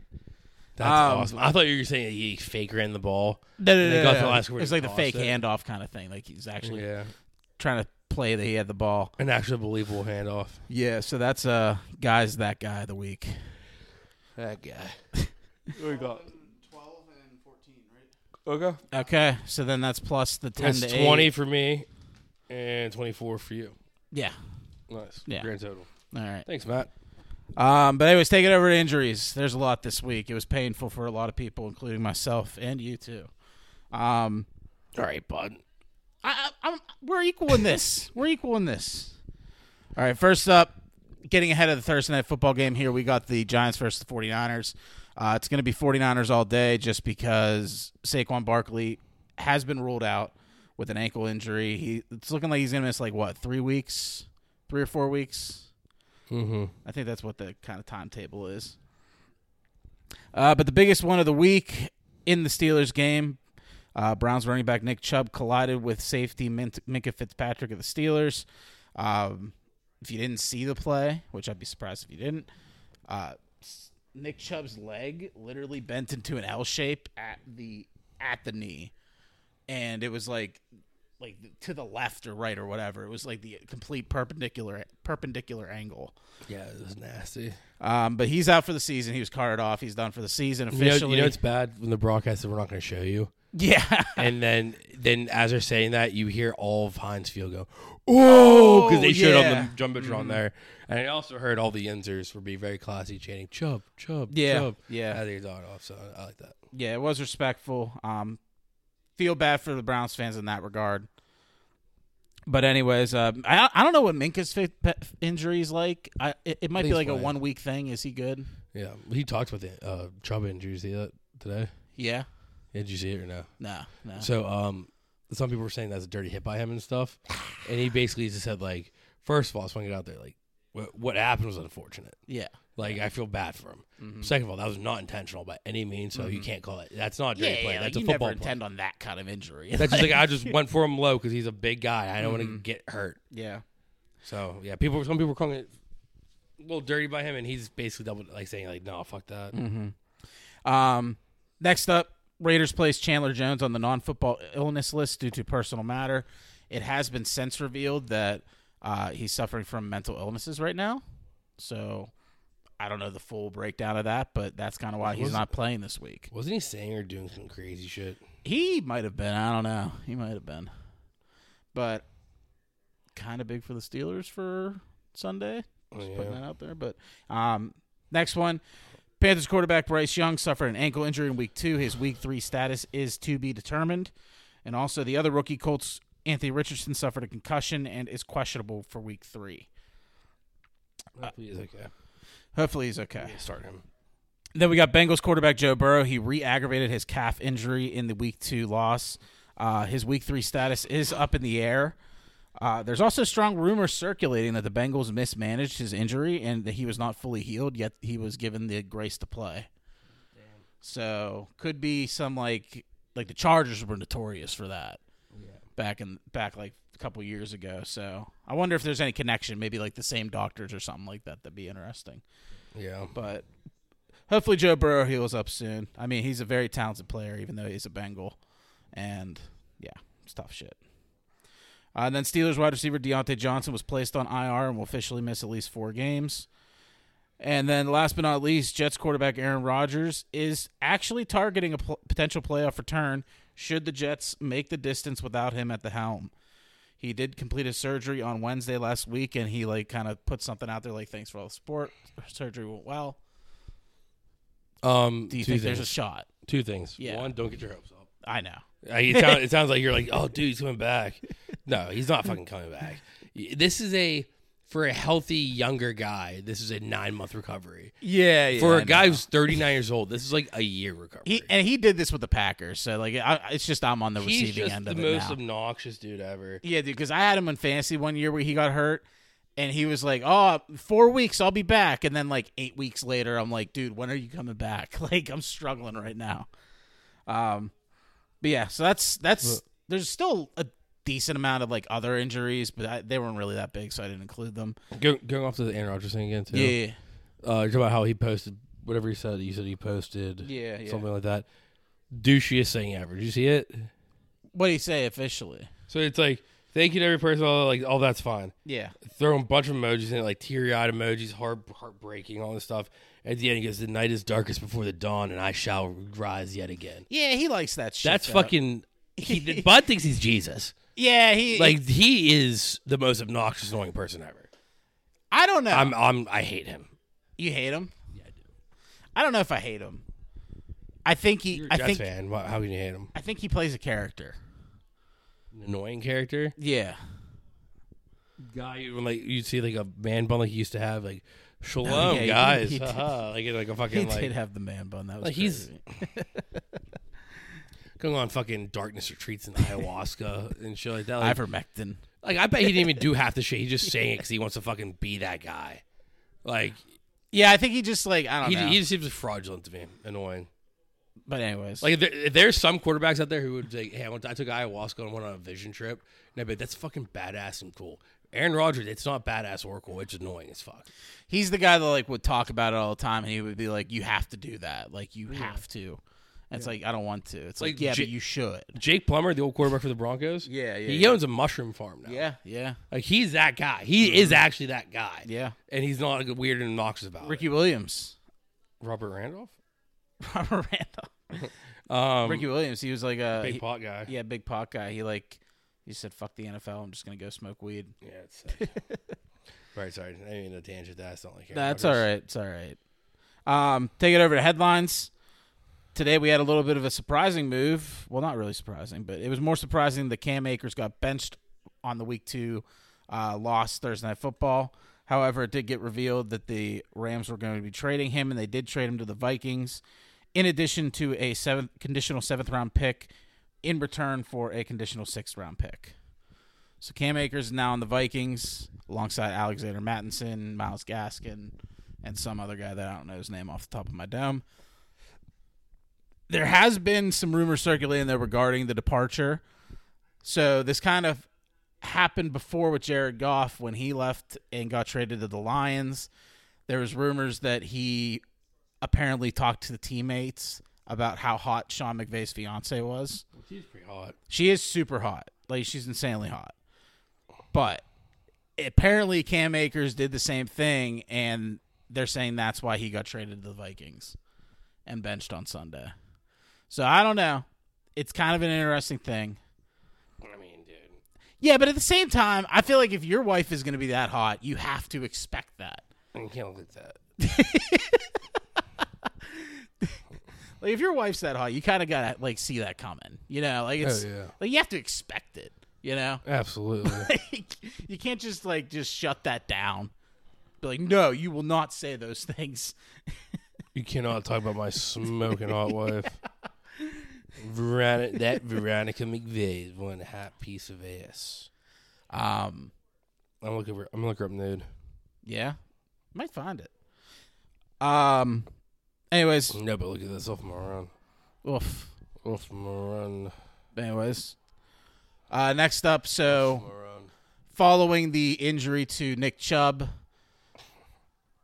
that's um, awesome. I thought you were saying he fake ran the ball. No, no, And no. they got no, the no. last word It's like the toss fake it. handoff kind of thing. Like he's actually trying to play that he had the ball. an actual believable handoff. Yeah, so that's uh guys that guy of the week. That guy. 12 and 14, right? Okay, Okay, so then that's plus the ten that's to eight. twenty for me, and twenty four for you. Yeah. Nice. Yeah. Grand total. All right. Thanks, Matt. Um, but anyways, taking over to injuries. There's a lot this week. It was painful for a lot of people, including myself and you too. Um, All right, bud. I, I, I'm, we're equal in this. we're equal in this. All right, first up, getting ahead of the Thursday night football game here, we got the Giants versus the 49ers. Uh, it's going to be 49ers all day just because Saquon Barkley has been ruled out with an ankle injury. He It's looking like he's going to miss, like, what, three weeks? Three or four weeks? Mm-hmm. I think that's what the kind of timetable is. Uh, but the biggest one of the week in the Steelers game, uh, Browns running back Nick Chubb collided with safety Min- Minka Fitzpatrick of the Steelers. Um, if you didn't see the play, which I'd be surprised if you didn't, uh, s- Nick Chubb's leg literally bent into an L shape at the at the knee, and it was like like to the left or right or whatever. It was like the complete perpendicular perpendicular angle. Yeah, it was nasty. Um, but he's out for the season. He was carted off. He's done for the season You know, officially. you know it's bad when the broadcast said we're not going to show you, yeah, and then then as they're saying that, you hear all of Heinz Field go, "Oh!" because they Oh, showed yeah. on the jumbotron there, and I also heard all the Yenzers were being very classy, chanting "Chub, Chub, Yeah, Chub." yeah. as they got off. So I like that. yeah. It was respectful. Um, feel bad for the Browns fans in that regard. But anyways, uh, I I don't know what Minka's fi- pe- injury is like. I it, it might be He's like a playing. one week thing. Is he good? Yeah, he talked about the uh, Chubb injury. You see that today? Yeah. Yeah, did you see it or no? No. No. So um, some people were saying that's a dirty hit by him and stuff, and he basically just said like, first of all, I just want to get out there like, what, what happened was unfortunate. yeah. Like I feel bad for him. Mm-hmm. Second of all, that was not intentional by any means, so you can't call it. That's not a dirty Yeah. play. yeah like that's you a never football play. intend on that kind of injury. That's just like I just went for him low because he's a big guy. I don't want to Mm-hmm. get hurt. yeah. So yeah, people. Some people were calling it a little dirty by him, and he's basically double like saying like, no, fuck that. Mm. Um, next up, Raiders placed Chandler Jones on the non-football illness list due to personal matter. It has been since revealed that uh, he's suffering from mental illnesses right now. So I don't know the full breakdown of that, but that's kind of why he's Was- not playing this week. Wasn't he saying or doing some crazy shit? He might have been. I don't know. He might have been. But kind of big for the Steelers for Sunday. Just putting Yeah. that out there. But um, next one. Panthers quarterback Bryce Young suffered an ankle injury in week two. His week three status is to be determined. And also, the other rookie Colts, Anthony Richardson, suffered a concussion and is questionable for week three. He's okay. Hopefully, he's okay. Start him. Then we got Bengals quarterback Joe Burrow. He re aggravated his calf injury in the week two loss. Uh, his week three status is up in the air. Uh, there's also strong rumors circulating that the Bengals mismanaged his injury and that he was not fully healed, yet he was given the grace to play. So could be some like like the Chargers were notorious for that back in back like a couple years ago. So I wonder if there's any connection, maybe like the same doctors or something like that. That'd be interesting Yeah. but hopefully Joe Burrow heals up soon. I mean, he's a very talented player, even though he's a Bengal, and yeah, it's tough shit. Uh, and then Steelers wide receiver Deontay Johnson was placed on IR and will officially miss at least four games. And then, last but not least, Jets quarterback Aaron Rodgers is actually targeting a pl- potential playoff return should the Jets make the distance without him at the helm. He did complete his surgery on Wednesday last week, and he like kind of put something out there like, "Thanks for all the support. Surgery went well. Um, Do you two think things. there's a shot?" two things? Yeah. One, don't get your hopes up. I know. Uh, It, sound, it sounds like you're like, oh, dude, he's coming back. No, he's not fucking coming back. Y- This is a for a healthy younger guy. This is a nine month recovery Yeah, for a guy who's 39 years old. This is like a year recovery. he and he did this with the Packers, so like I, it's just I'm on the he's receiving just end the of it most now. obnoxious dude ever. Yeah, dude, because I had him in fantasy one year where he got hurt, and he was like, "Oh, four weeks, I'll be back." And then like eight weeks later, I'm like, "Dude, when are you coming back?" Like I'm struggling right now. Um, but yeah, so that's that's there's still a decent amount of like other injuries, but I, they weren't really that big, so I didn't include them. Go, going off to the Aaron Rodgers thing again too. Yeah, uh, you're talking about how he posted whatever he said. You said he posted, Yeah, yeah. something like that. Douchiest thing ever. Did you see it? what do you say officially? So it's like, thank you to every person. all- Like, all that's fine. Yeah, Throwing a bunch of emojis in it, like teary eyed emojis, heart heartbreaking, all this stuff. At the end, he goes, "The night is darkest before the dawn, and I shall rise yet again." yeah, he likes that shit. That's though. fucking. He, Bud thinks he's Jesus. yeah. He like Like he is the most obnoxious, annoying person ever. I don't know. I'm, I'm, I hate him. you hate him? Yeah, I do. I don't know if I hate him. I think he. You're a I Jets think fan. Why- How can you hate him? I think he plays a character. An annoying character. Yeah. guy you would, like you'd see like a man bun like he used to have like shalom Oh, yeah, he- guys he did. haha," like in, like a He fucking did like have the man bun. That was Like, he's- crazy. going on fucking darkness retreats in ayahuasca and shit like that like, ivermectin. like, I bet he didn't even do half the shit he's just saying it because he wants to fucking be that guy like Yeah, I think he just like I don't he, know. he just seems fraudulent to me annoying but anyways, like there, there's some quarterbacks out there who would be like hey I, went, I took ayahuasca and went on a vision trip and I bet that's fucking badass and cool Aaron Rodgers it's not badass or cool it's annoying as fuck he's the guy that like would talk about it all the time, and he would be like, "You have to do that. Like you have to." And It's like I don't want to. It's like, Like, yeah, J- but you should. Jake Plummer the old quarterback for the Broncos Yeah, yeah, he yeah. owns a mushroom farm now Yeah, yeah, Like he's that guy. He is actually that guy. yeah. And he's not like, weird and obnoxious about Ricky Williams, it. Robert Randolph, Robert Randall, um, Ricky Williams. He was like a big he- pot guy. yeah, big pot guy. He like he said, "Fuck the NFL. I'm just gonna go smoke weed." yeah it's sick. right, sorry. I didn't mean to tangent that. That's not like Aaron That's all Rodgers. right. It's all right. Um, take it over to headlines. Today we had a little bit of a surprising move. Well, not really surprising, but it was more surprising that Cam Akers got benched on the week two uh, loss Thursday night football. However, it did get revealed that the Rams were going to be trading him, and they did trade him to the Vikings, in addition to a seventh conditional seventh round pick in return for a conditional sixth round pick. So Cam Akers is now on the Vikings alongside Alexander Mattinson, Miles Gaskin, and some other guy that I don't know his name off the top of my dome. There has been some rumors circulating there regarding the departure. So this kind of happened before with Jared Goff when he left and got traded to the Lions. There was rumors that he apparently talked to the teammates about how hot Sean McVay's fiance was. He's pretty hot. She is super hot. Like she's insanely hot. But apparently Cam Akers did the same thing and they're saying that's why he got traded to the Vikings and benched on Sunday. So I don't know. It's kind of an interesting thing. I mean, dude. Yeah, but at the same time, I feel like if your wife is going to be that hot, you have to expect that. I mean, you can't look at that. Like if your wife's that hot, you kind of got to like see that coming. You know, like it's yeah. like you have to expect it, you know? Absolutely. like, you can't just like just shut that down. Be like, no, you will not say those things. you cannot talk about my smoking hot wife. Veronica, that Veronica McVeigh is one hot piece of ass. Um, I'm looking. For, I'm looking up nude. yeah, might find it. Um, anyways, No, but look at this off my run. oof. Off my run. Anyways, uh, next up, so. My run. following the injury to Nick Chubb,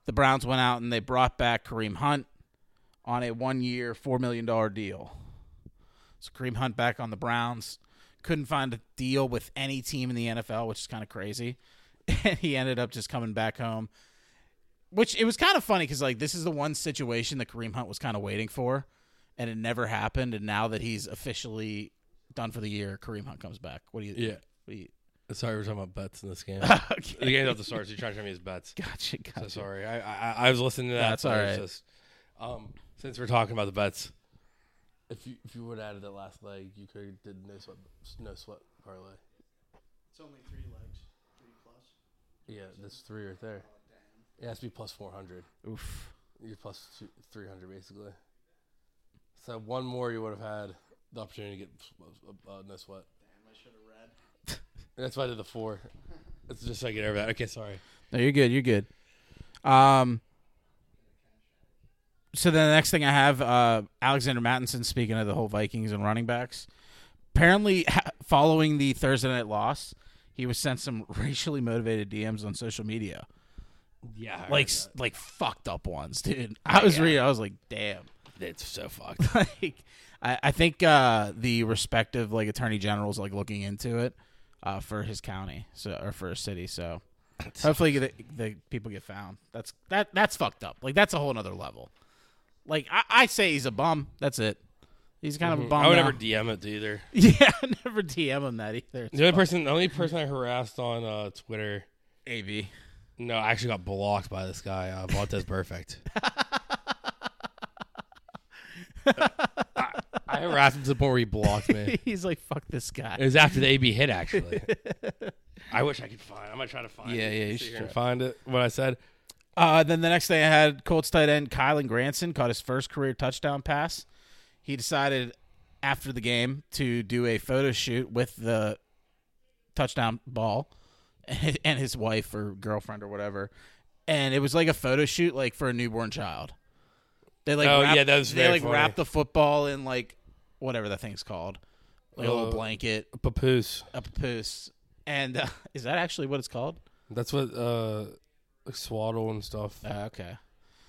the Browns went out and they brought back Kareem Hunt on a one year, $4 million deal. So Kareem Hunt back on the Browns. Couldn't find a deal with any team in the NFL, which is kind of crazy. And he ended up just coming back home, which it was kind of funny because, like, this is the one situation that Kareem Hunt was kind of waiting for, and it never happened. And now that he's officially done for the year, Kareem Hunt comes back. What do you Yeah. What do you, Sorry, we're talking about bets in this game. The okay. game's off the start, so you're trying to show me his bets. Gotcha. So Gotcha. sorry. I, I I was listening to that. That's so I was alright. just- um, since we're talking about the bets, if you if you would have added that last leg, you could have did no sweat no sweat parlay. It's only three legs. Three plus. Yeah, that's three right there. It has to be plus four hundred. Oof. You're plus two, three hundred basically. So one more, you would have had the opportunity to get uh, uh, no sweat. Damn, I should have read. That's why I did the four. It's just so I get over that. Okay, sorry. No, you're good. You're good. Um. So then the next thing I have, uh, Alexander Mattinson. Speaking of the whole Vikings and running backs, apparently ha- following the Thursday night loss, he was sent some racially motivated DMs on social media, Yeah, like s like fucked up ones, dude. I was reading, I was like, damn. it's so fucked. like I, I think uh, the respective like attorney generals like looking into it uh, for his county so or for his city. So hopefully the, the people get found. That's that that's fucked up. Like that's a whole nother level. Like I, I say he's a bum. That's it. He's kind of a bum. Mm-hmm. I would now. never DM it either. yeah, I never DM him that either. The only person, the only person I harassed on uh, Twitter, AB. no, I actually got blocked by this guy, uh, Vontez Perfect. I, I harassed him to the point where he blocked me. he's like fuck this It guy. was after the AB hit, actually. I wish I could find. I'm gonna try to find. Yeah, it. yeah, you Sit should here and find it. What I said. Uh, then the next day I had Colts tight end Kylan Granson caught his first career touchdown pass. He decided after the game to do a photo shoot with the touchdown ball and his wife or girlfriend or whatever. And it was like a photo shoot like for a newborn child. They like Oh, wrapped, yeah, that was they very like funny. wrapped the football in like whatever that thing's called. Like a Uh, little blanket, Papoose. a papoose. And uh, is that actually what it's called? That's what uh, swaddle and stuff. Uh, okay.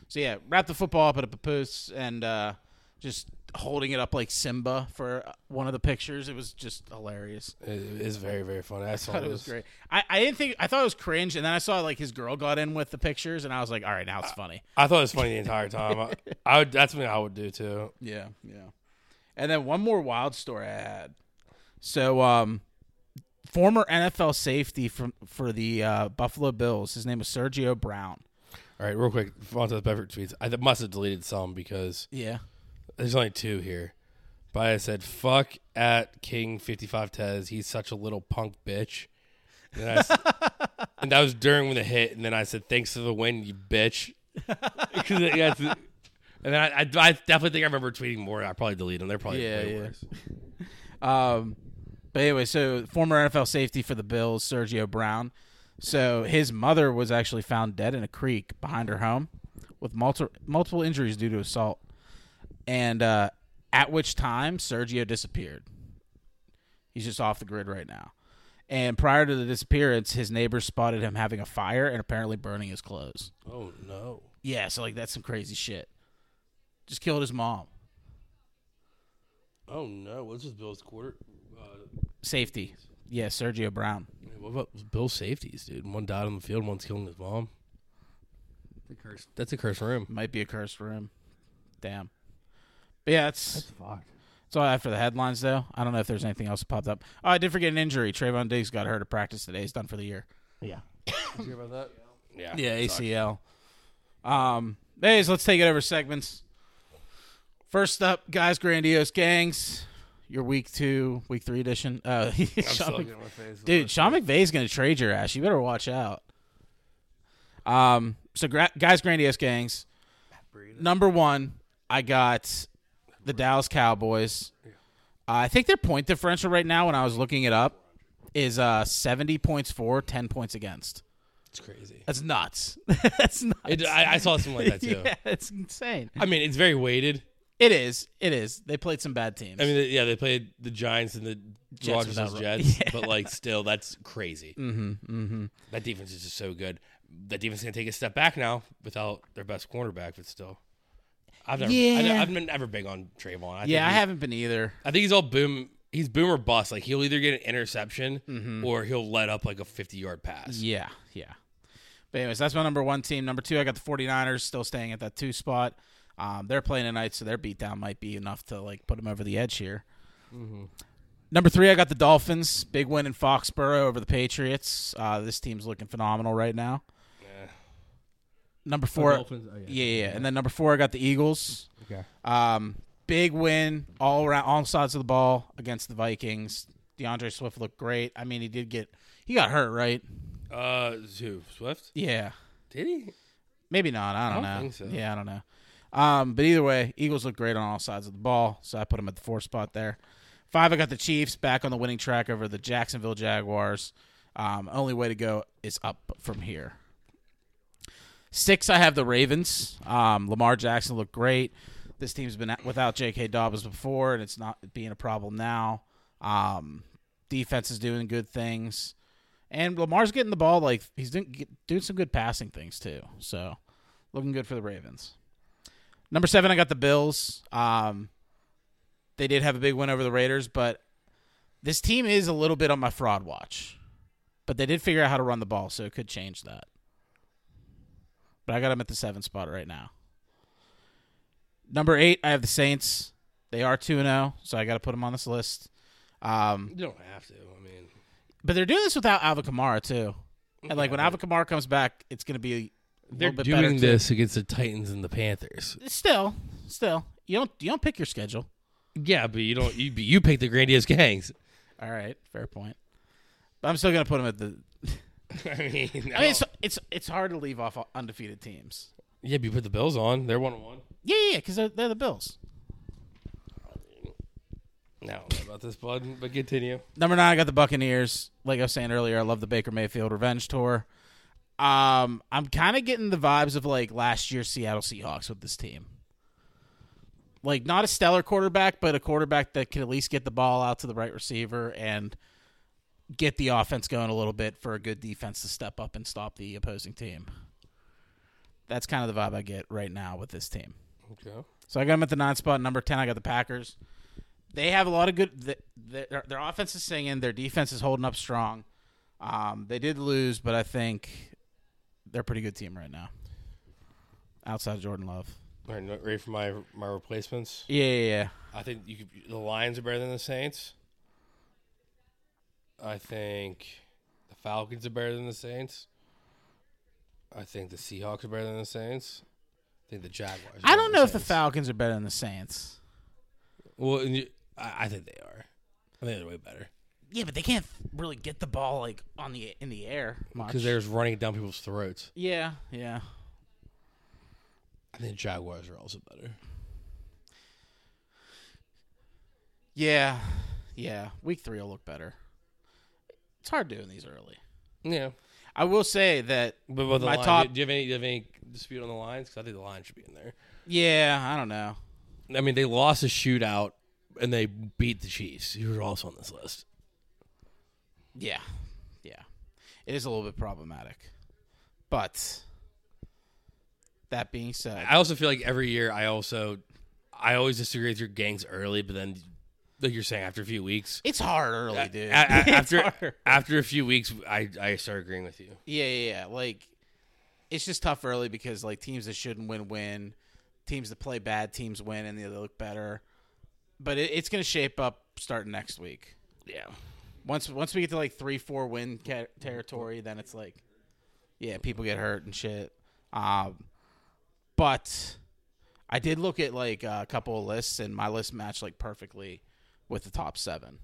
So yeah, wrap the football up at a papoose and uh, just holding it up like Simba for uh, one of the pictures. It was just hilarious. It it is very, very funny. I saw I thought it was great. I, I didn't think I thought it was cringe, and then I saw like his girl got in with the pictures, and I was like, all right, now it's funny. I thought it was funny the entire time. I, I would, that's something I would do too. Yeah, yeah. And then one more wild story I had. So, um, former NFL safety from for the uh, Buffalo Bills, his name was Sergio Brown. All right, real quick, Vontez Perfect tweets. I th- must have deleted some because Yeah. there's only two here. But I said, "Fuck at King fifty five Tez. He's such a little punk bitch." And, I s- and that was during when the hit. And then I said, "Thanks for the win, you bitch." 'Cause it- yeah, it's- uh, and then I, I, I definitely think I remember tweeting more. I probably deleted them. They're probably Yeah, way yeah. worse. Um, but anyway, so former NFL safety for the Bills, Sergio Brown. So his mother was actually found dead in a creek behind her home with multiple multiple injuries due to assault, and uh, at which time Sergio disappeared. He's just off the grid right now. And prior to the disappearance, his neighbors spotted him having a fire and apparently burning his clothes. Oh no! Yeah, so like that's some crazy shit. Just killed his mom. Oh no! What's his Bills quarter? Uh, Safety. Yeah, Sergio Brown. What about Bill's safeties, dude? One died on the field, one's killing his mom. The curse. That's a curse room. Might be a cursed room. Damn. But yeah, that's that's fucked. all I have for the headlines though. I don't know if there's anything else that popped up. Oh, I did forget an injury. Trayvon Diggs got hurt at practice today. He's done for the year. Did you hear about that? Yeah. Yeah, ACL. Um, anyways, let's take it over segments. First up, guys, grandiose gangs. Your week two, week three edition. Uh, Sean Mc- Dude, Sean McVay's going to trade your ass. You better watch out. Um, so gra- guys, grandiose gangs. Number one, I got the Dallas Cowboys. Uh, I think their point differential right now, when I was looking it up, is uh, seventy points for, ten points against. It's crazy. That's nuts. That's nuts. It, I, I saw something like that too. yeah, it's insane. I mean, it's very weighted. It is. It is. They played some bad teams. I mean, yeah, they played the Giants and the Rodgers and without- Jets, but like, still, that's crazy. Mm-hmm, mm-hmm. That defense is just so good. That defense is gonna take a step back now without their best cornerback, but still. I've never, I Yeah. ne- I've been ever big on Trayvon. I think yeah, I he's- haven't been either. I think he's all boom. He's boom or bust. Like he'll either get an interception or he'll let up like a fifty-yard pass. Yeah, yeah. But anyways, that's my number one team. Number two, I got the 49ers still staying at that two spot. Mm-hmm. Um, they're playing tonight, so their beatdown might be enough to like put them over the edge here. Number three, I got the Dolphins. Big win in Foxborough over the Patriots. Uh, this team's looking phenomenal right now. Number four, Dolphins, oh, yeah. yeah, yeah, yeah. And then number four, I got the Eagles. Okay. Um, big win all around, all sides of the ball against the Vikings. DeAndre Swift looked great. I mean, he did get he got hurt, right? Uh, who? Swift? Yeah, Did he? maybe not. I don't, I don't know. think so. Yeah, I don't know. Um, but either way, Eagles look great on all sides of the ball, so I put them at the four spot there. Five, I got the Chiefs back on the winning track over the Jacksonville Jaguars. Um, only way to go is up from here. Six, I have the Ravens. Um, Lamar Jackson looked great. This team's been at- without J.K. Dobbins before, and it's not being a problem now. Um, defense is doing good things, and Lamar's getting the ball like he's doing get- doing some good passing things too. So, looking good for the Ravens. Number seven, I got the Bills. Um, they did have a big win over the Raiders, but this team is a little bit on my fraud watch. But they did figure out how to run the ball, so it could change that. But I got them at the seven spot right now. Number eight, I have the Saints. They are two and zero, so I got to put them on this list. Um, You don't have to. I mean, but they're doing this without Alvin Kamara too. And like when Alvin Kamara comes back, it's going to be a they're little bit better doing too. this against the Titans and the Panthers. Still, still, you don't you don't pick your schedule. Yeah, but you don't. You you pick the grandiose gangs. All right, fair point. But I'm still going to put them at the. I mean, I mean, it's, it's it's hard to leave off undefeated teams. yeah, but you put the Bills on. They're one on one. Yeah, yeah, because they're, they're the Bills. Now about this, bud, but continue. Number nine, I got the Buccaneers. Like I was saying earlier, I love the Baker Mayfield revenge tour. Um, I'm kind of getting the vibes of like last year's Seattle Seahawks with this team. Like not a stellar quarterback, but a quarterback that can at least get the ball out to the right receiver and get the offense going a little bit for a good defense to step up and stop the opposing team. That's kind of the vibe I get right now with this team. Okay. So I got them at the nine spot. Number ten, I got the Packers. They have a lot of good. th- Their, their offense is singing. Their defense is holding up strong. Um, they did lose, but I think they're a pretty good team right now. Outside of Jordan Love. All right, not ready for my my replacements. Yeah, yeah, yeah. I think you could, the Lions are better than the Saints. I think the Falcons are better than the Saints. I think the Seahawks are better than the Saints. I think the Jaguars. Are I better don't than know if the Saints. Falcons are better than the Saints. Well, and you, I, I think they are. I think they're way better Yeah, but they can't really get the ball like on the in the air much. because they're just running it down people's throats. yeah, yeah. I think Jaguars are also better. Yeah. Yeah. Week three will look better. It's hard doing these early. Yeah, I will say that but, but the My Lions, top- Do you have any? Do you have any dispute on the Lions? Because I think the Lions should be in there. yeah, I don't know. I mean, they lost a shootout and they beat the Chiefs, who are also on this list. Yeah. Yeah. It is a little bit problematic. But that being said, I also feel like every year I also I always disagree with your gangs early, but then like you're saying after a few weeks, it's hard early, a- dude. a- It's after hard. after a few weeks, I I start agreeing with you. Yeah, yeah, yeah. Like it's just tough early because like teams that shouldn't win win, teams that play bad teams win and they look better. But it, it's going to shape up starting next week. Yeah, Once once we get to like three four win ca- territory, then it's like, yeah, people get hurt and shit. Um, but I did look at like a couple of lists, and my list matched like perfectly with the top seven.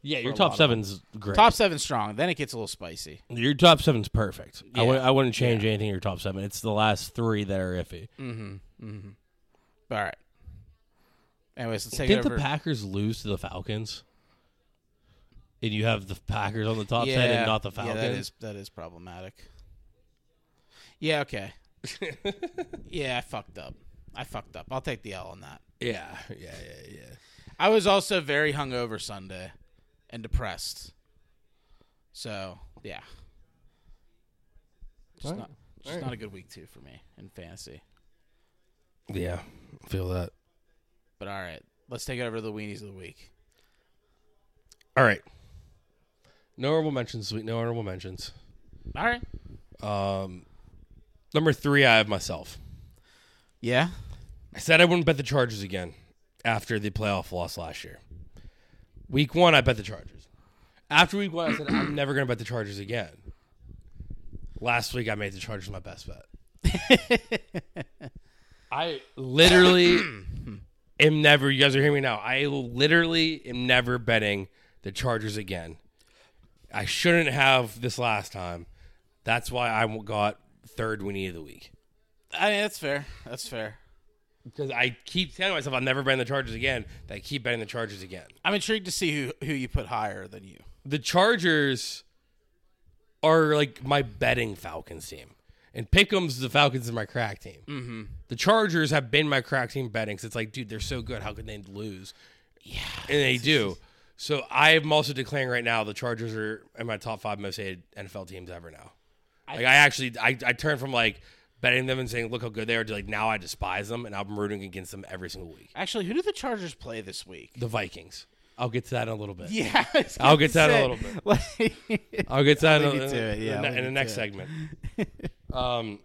yeah. Your a lot top of seven's great. Top seven strong. Then it gets a little spicy. your top seven's perfect. I Yeah. wouldn't, I wouldn't change anything. in Your top seven. It's the last three that are iffy. All right. Anyways, let's take Did it over. the Packers lose to the Falcons? And you have the Packers on the top yeah, ten and not the yeah, Falcons. that is that is problematic. Yeah. Okay. yeah, I fucked up. I fucked up. I'll take the L on that. yeah, yeah, yeah, yeah. I was also very hungover Sunday and depressed. So yeah, just not just not a good week too for me in fantasy. Yeah, feel that. But all right, let's take it over to the weenies of the week. All right. No honorable mentions. Sweet. No honorable mentions. All right. Um, number three, I have myself. Yeah. I said I wouldn't bet the Chargers again after the playoff loss last year. Week one, I bet the Chargers. After week one, I said I'm never going to bet the Chargers again. Last week, I made the Chargers my best bet. I literally am never. You guys are hearing me now. I literally am never betting the Chargers again. I shouldn't have this last time. That's why I got third weenie of the week I mean, that's fair. That's fair. because I keep telling myself I'll never bet the Chargers again. That I keep betting the Chargers again. I'm intrigued to see who who you put higher than you. the Chargers are like my betting Falcons team. And Pick'em's the Falcons is my crack team. Mm-hmm. The Chargers have been my crack team betting. 'cause it's like, dude, they're so good. How could they lose? Yeah, and they do. So I am also declaring right now the Chargers are in my top five most hated NFL teams ever now. Like I actually, I, I turned from like betting them and saying, look how good they are, to like now I despise them and I'm rooting against them every single week. Actually, who do the Chargers play this week? The Vikings. I'll get to that in a little bit. Yeah, I was I'll gonna get to that in a say, little bit. Like, I'll get to that I'll in, leave you to it, in yeah, the- I'll leave in the you next to segment. um,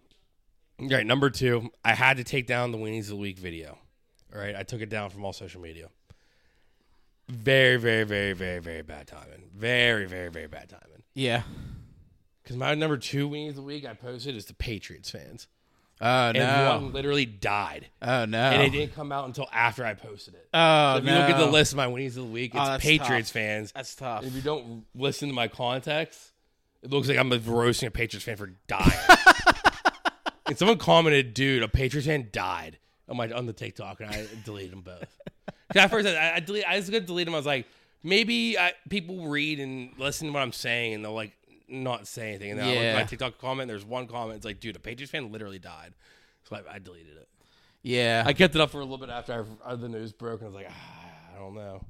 all right, number two, I had to take down the Weenies of the Week video. All right, I took it down from all social media. Very, very, very, very, very bad timing. Very, very, very bad timing. yeah. Because my number two Weenies of the Week I posted is the Patriots fans. Oh And no! one literally died. Oh no! And it didn't come out until after I posted it. Oh So if no! you look at the list of my Weenies of the Week, Oh, it's that's Patriots tough. fans. That's tough. If you don't listen to my context, it looks like I'm roasting a Patriots fan for dying. and someone commented, "Dude, a Patriots fan died." on my on the TikTok, and I deleted them both. 'Cause at first, I, I delete. I was gonna delete them. I was like, maybe I, people read and listen to what I'm saying, and they'll like not say anything. And then I look Yeah. at my TikTok comment. There's one comment. It's like, "Dude, a Patriots fan literally died." So I, I deleted it. yeah. I kept it up for a little bit after I, uh, the news broke, and I was like, ah, I don't know.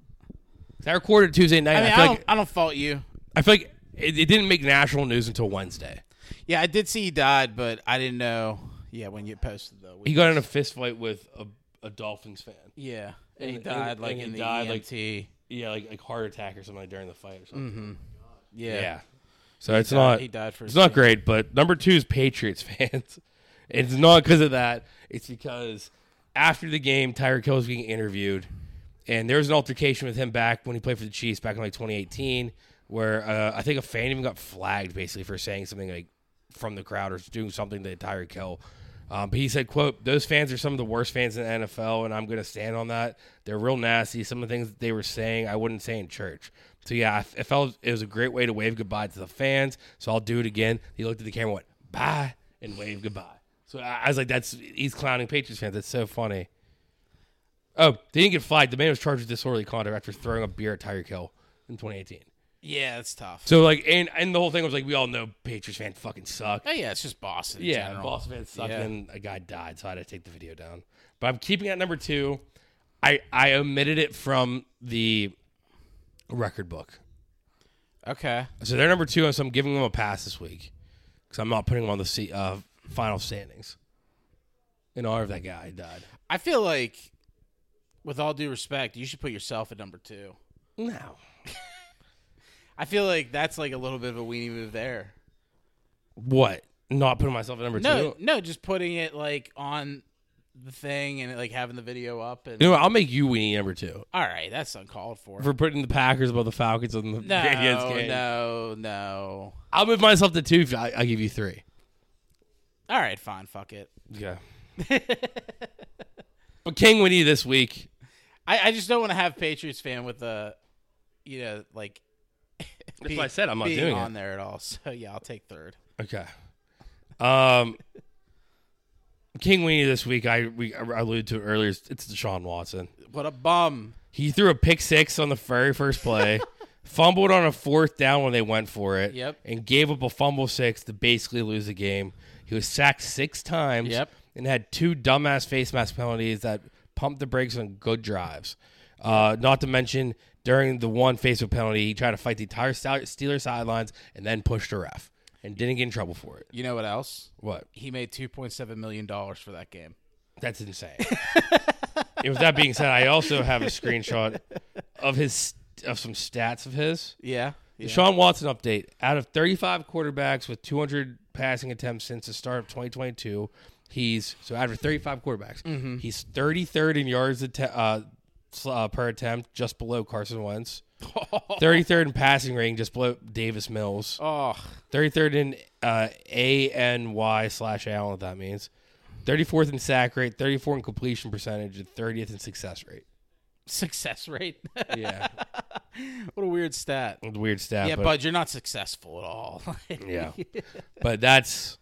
'Cause I recorded Tuesday night. I mean, I I, feel don't. like- I don't fault you. I feel like it, it didn't make national news until Wednesday. Yeah, I did see you died, but I didn't know. Yeah, when you posted the He week. got in a fist fight with a, a Dolphins fan. yeah, and he and- died and like he in the E died, like- EMT. Yeah, like like heart attack or something like during the fight or something. Mm-hmm. yeah. Yeah. So it's died- not he died for it's his not team. great, but number two is Patriots fans. It's not because of that. It's because after the game, Tyreek Hill was being interviewed, and there was an altercation with him back when he played for the Chiefs back in like 2018, where uh, I think a fan even got flagged basically for saying something like from the crowd or doing something to Tyreek Hill. Um, but he said, "quote Those fans are some of the worst fans in the NFL, and I'm going to stand on that. They're real nasty. Some of the things that they were saying, I wouldn't say in church. So yeah, I, f- I felt it was a great way to wave goodbye to the fans. So I'll do it again." He looked at the camera, and went bye, and waved goodbye. So I, I was like, "That's he's clowning Patriots fans. That's so funny." Oh, they didn't get flagged. The man was charged with disorderly conduct after throwing a beer at Tyreek Hill in 2018. Yeah, it's tough. So like, and and the whole thing was like, we all know Patriots fans fucking suck. Oh, yeah, it's just Boston. in Yeah, general. Boston fans sucked, Yeah. and a guy died, so I had to take the video down. But I'm keeping it at number two. I I omitted it from the record book, Okay. so they're number two, so I'm giving them a pass this week because I'm not putting them on the se- uh, final standings in honor of that guy who died. I feel like, with all due respect, you should put yourself at number two. No, I feel like that's like a little bit of a weenie move there. what? Not putting myself at number No, two. no, just putting it like on the thing and like having the video up and You know, what? I'll make you weenie number two all right, that's uncalled for. for putting the Packers above the Falcons on the no, Indians game. no, no. I'll move myself to two. I, I give you three. All right, fine, fuck it. Yeah. but King Winnie this week. I, I just don't want to have Patriots fan with a, you know, like That's be- what I said. I'm not being doing on it. there at all. So yeah, I'll take third. Okay. Um, King Winnie this week. I we I alluded to it earlier. It's it's Deshaun Watson. What a bum. He threw a pick six on the very first play, fumbled on a fourth down when they went for it. Yep. And gave up a fumble six to basically lose the game. He was sacked six times. Yep. And had two dumbass face mask penalties that pumped the brakes on good drives. Uh, not to mention during the one Facebook penalty, he tried to fight the entire Sty- Steelers sidelines and then pushed a ref and didn't get in trouble for it. You know what else? What? He made two point seven million dollars for that game. That's insane. and with that being said, I also have a screenshot of his of some stats of his. Yeah. yeah. Sean Watson update. Out of 35 quarterbacks with 200 passing attempts since the start of 2022, he's so out of 35 quarterbacks, Mm-hmm. he's 33rd in yards att- uh, sl- uh, per attempt, just below Carson Wentz. 33rd in passing rating, just below Davis Mills. Oh, 33rd in uh, ANY slash Allen, what that means. 34th in sack rate, 34th in completion percentage, and 30th in success rate. success rate. Yeah. what a weird stat. Weird stat. Yeah, but, but you're not successful at all. Yeah. but that's,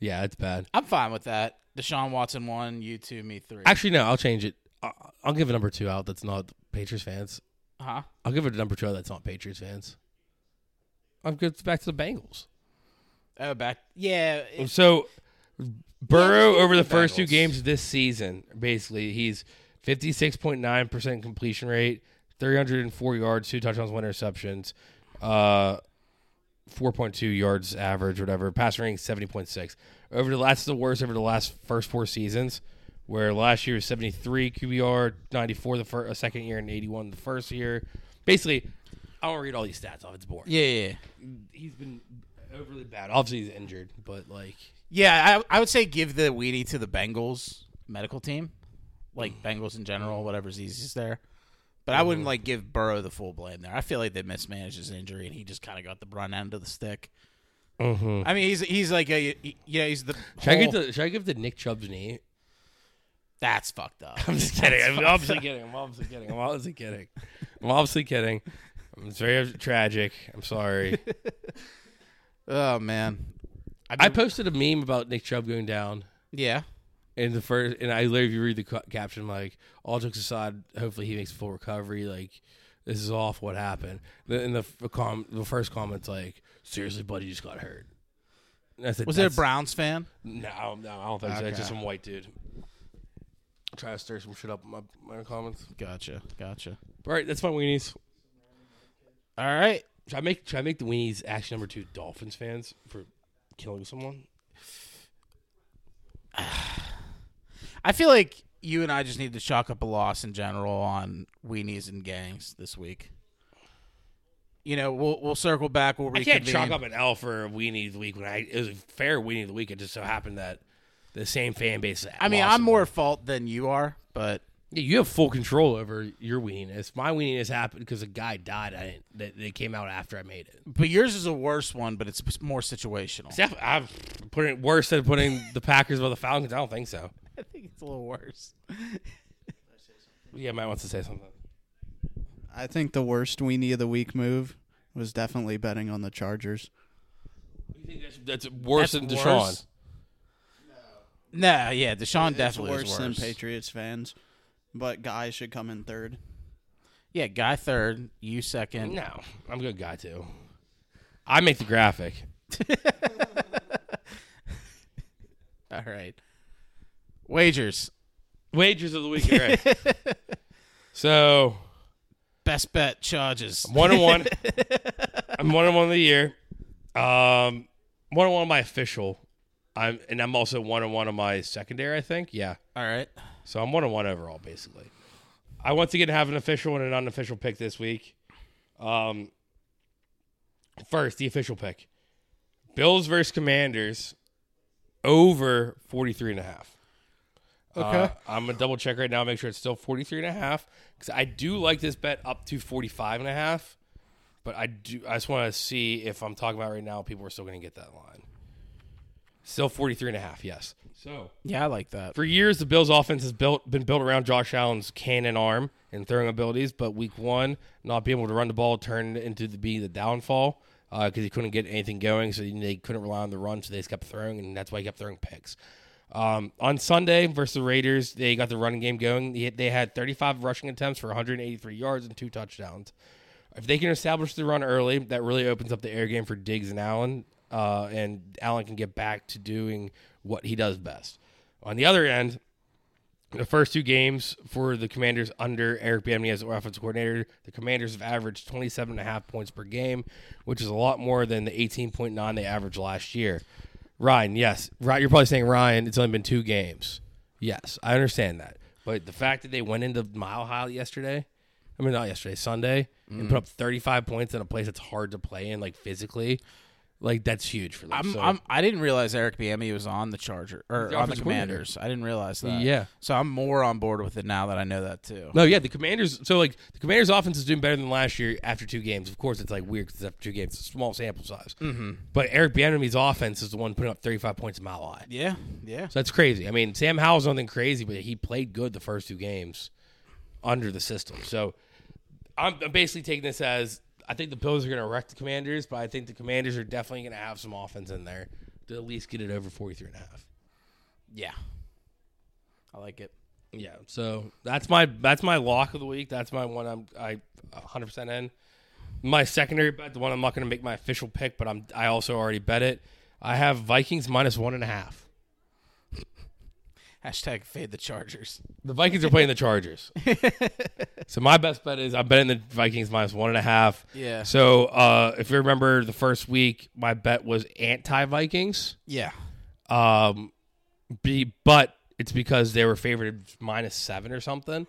yeah, that's bad. I'm fine with that. Deshaun Watson one, you two, me three. Actually, no, I'll change it. I- I'll give a number two out that's not Patriots fans. huh? I'll give it a number two out that's not Patriots fans. I'm good back to the Bengals. Oh, back. Yeah, it- So Burrow over the the first two Bengals. games this season, basically, he's 56.9% completion rate, 304 yards, two touchdowns, one interceptions, uh 4.2 yards average, whatever. Pass rating 70.6. Over the last, the worst over the last first four seasons, where last year was 73 QBR, 94 the fir- uh, second year, and 81 the first year. Basically, I won't read all these stats off. It's boring. yeah, yeah. He's been overly bad. Obviously, he's injured, but like. Yeah, I, I would say give the weedy to the Bengals medical team, Mm. like Bengals in general, whatever's easiest there. But I Mm-hmm. wouldn't like give Burrow the full blame there. I feel like they mismanaged his injury, and he just kind of got the brunt end of the stick. I mean, he's he's like a he- yeah, he's the Mm. Should I, give whole- the, should I give the Nick Chubb's knee? that's fucked up. I'm just kidding. I'm obviously kidding. I'm obviously kidding. I'm obviously kidding. I'm obviously kidding. It's very tragic. I'm sorry. Oh man, I posted a meme about Nick Chubb going down yeah, in the first, and I literally if you read the ca- caption like, "All jokes aside, hopefully he makes full recovery." Like, this is off. What happened? The, in the f- com- the first comment's like, "Seriously, buddy, you just got hurt." And I said, was it a "That's- Browns fan? No, no, I don't think so. Okay. It's just some white dude. Try to stir some shit up in my, my comments. Gotcha, gotcha. All right, that's my weenies. All right, Should I make should I make the weenies action number two Dolphins fans for killing someone? I feel like you and I just need to chalk up a loss in general on weenies and gangs this week. You know, we'll we'll circle back. We'll I reconvene. can't chalk up an L for a weenie of the week when I it was a fair weenie of the week. It just so happened that the same fan base. I mean, lost I'm more someone. at fault than you are, but Yeah, you have full control over your weeniness. My weeniness happened because a guy died. I didn't, that they came out after I made it. but yours is a worse one, but it's more situational. See, I've, I've put it worse than putting the Packers or the Falcons. I don't think so. I think it's a little worse. Yeah, Matt wants to say something. I think the worst weenie of the week move was definitely betting on the Chargers. You think that's, that's worse than That's Deshaun? worse? No, yeah, Deshaun definitely is it's worse than Patriots fans, but guys should come in third. Yeah, guy third, you second. No, I'm a good guy too. I make the graphic. All right. Wagers, Wagers of the week. All right. so best bet charges. one on one. I'm one on one of the year. Um, one on one of my official. I'm and I'm also one on one of my secondary. I think. Yeah. All right. So I'm one on one overall, basically. I once again have an official and an unofficial pick this week. Um, first, the official pick: Bills versus Commanders over 43 and a half. Okay. I'm going to double check right now, make sure it's still 43 and a half cuz I do like this bet up to 45 and a half, but I do I just want to see if I'm talking about right now people are still going to get that line. Still 43 and a half, yes. So, Yeah, I like that. for years, the Bills' offense has built been built around Josh Allen's cannon arm and throwing abilities, but week one, not being able to run the ball turned into the, being the downfall because he couldn't get anything going, so they couldn't rely on the run, so they just kept throwing, and that's why he kept throwing picks. Um, on Sunday versus the Raiders, they got the running game going. They, they had 35 rushing attempts for 183 yards and two touchdowns. If they can establish the run early, that really opens up the air game for Diggs and Allen, uh, and Allen can get back to doing what he does best. On the other end, the first two games for the Commanders under Eric Bieniemy as offensive coordinator, the Commanders have averaged 27.5 points per game, which is a lot more than the 18.9 they averaged last year. Ryan, yes. Ryan, you're probably saying, Ryan, it's only been two games. Yes, I understand that. But the fact that they went into Mile High yesterday, I Mm-hmm. mean, not yesterday, Sunday, and put up 35 points in a place that's hard to play in, like physically, Like that's huge for them. I'm, so. I'm, I didn't realize Eric Bieniemy was on the Charger or The on the offensive coordinator. Commanders. I didn't realize that. Yeah. So I'm more on board with it now that I know that too. no, yeah, the Commanders. So like the Commanders' offense is doing better than last year after two games. Of course, it's like weird because after two games, it's a small sample size. Mm-hmm. But Eric Bieniemy's offense is the one putting up 35 points a mile high. Yeah, yeah. So that's crazy. I mean, Sam Howell's nothing crazy, but he played good the first two games under the system. So I'm, I'm basically taking this as I think the Bills are going to wreck the Commanders, but I think the Commanders are definitely going to have some offense in there to at least get it over 43 and a half. Yeah. I like it. Yeah. So that's my that's my lock of the week. That's my one I'm I 100% in. My secondary bet, the one I'm not going to make my official pick, but I'm I also already bet it. I have Vikings minus one and a half. Hashtag fade the Chargers. The Vikings are playing the Chargers. so my best bet is I'm betting the Vikings minus one and a half. Yeah. So uh, if you remember the first week, my bet was anti Vikings. Yeah. Um, be but it's because they were favored minus seven or something.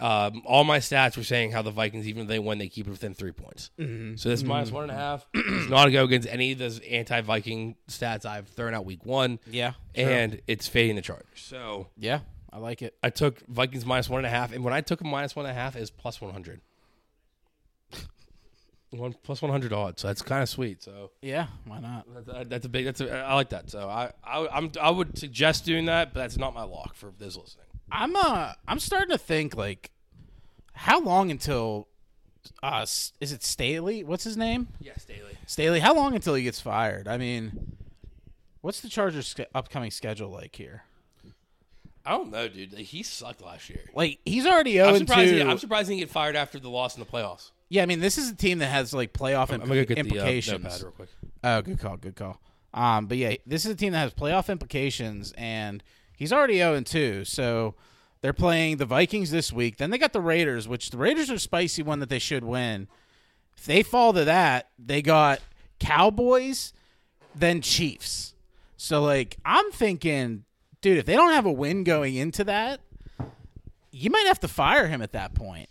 Um, all my stats were saying how the Vikings, even if they win, they keep it within three points. So this minus one and a half is not a go against any of those anti-Viking stats I've thrown out week one, Yeah. and it's fading the Chargers. So Yeah. I like it. I took Vikings minus one and a half, and when I took a minus one and a half, is plus one hundred. One plus one hundred odds, so that's kind of sweet. So Yeah. Why not? that- that- that's a big. That's a, I like that. So I I I'm, I would suggest doing that, but that's not my lock for those listening. I'm uh I'm starting to think like how long until uh S- is it Staley? What's his name? Yes, Daily. Staley, how long until he gets fired? I mean, what's the Chargers' sch- upcoming schedule like here? I don't know, dude. Like, he sucked last year. Like he's already 0 I'm surprised. He, two. I'm surprised he didn't get fired after the loss in the playoffs. yeah, I mean, this is a team that has like playoff I'm gonna impl- get implications. the uh, notepad real quick. Oh, good call, good call. Um, but yeah, this is a team that has playoff implications, and he's already 0 2. So they're playing the Vikings this week. Then they got the Raiders, which the Raiders are a spicy one that they should win. If they fall to that, they got Cowboys, then Chiefs. So like I'm thinking, dude, if they don't have a win going into that, you might have to fire him at that point.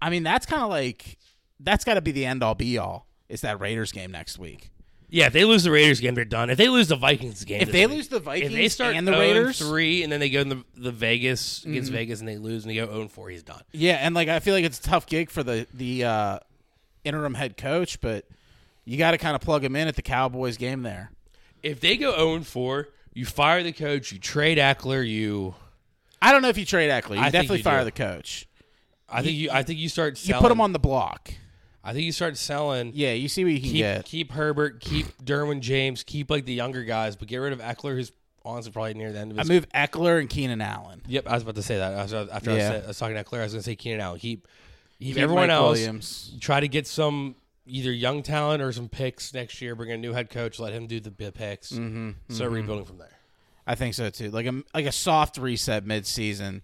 I mean, that's kind of like that's got to be the end all be all. Is that Raiders game next week? Yeah, if they lose the Raiders game, they're done. If they lose the Vikings game, If this they week- lose the Vikings if they start and the Raiders, Mm-hmm. three, and then they go in the, the Vegas against Vegas, and they lose, and they go own four, he's done. yeah, and like I feel like it's a tough gig for the the uh, interim head coach, but you got to kind of plug him in at the Cowboys game there. If they go own four, you fire the coach, you trade Ackler, you. I don't know if you trade Eckler. You I think definitely you fire do. the coach. I think you. I think you start. You Selling, put him on the block. I think you start selling. Yeah, you see what you can keep get. keep Herbert, keep Derwin James, keep like the younger guys, but get rid of Eckler, who's honestly probably near the end of I his. move Eckler and Keenan Allen. yep, I was about to say that after, after I, Yeah. said, I was talking to Eckler, I was going to say Keenan Allen. Keep, keep, Keep everyone Mike else. Williams. Try to get some either young talent or some picks next year. Bring a new head coach, let him do the bit picks. Mm-hmm, so rebuilding from there. I think so too. Like a like a soft reset midseason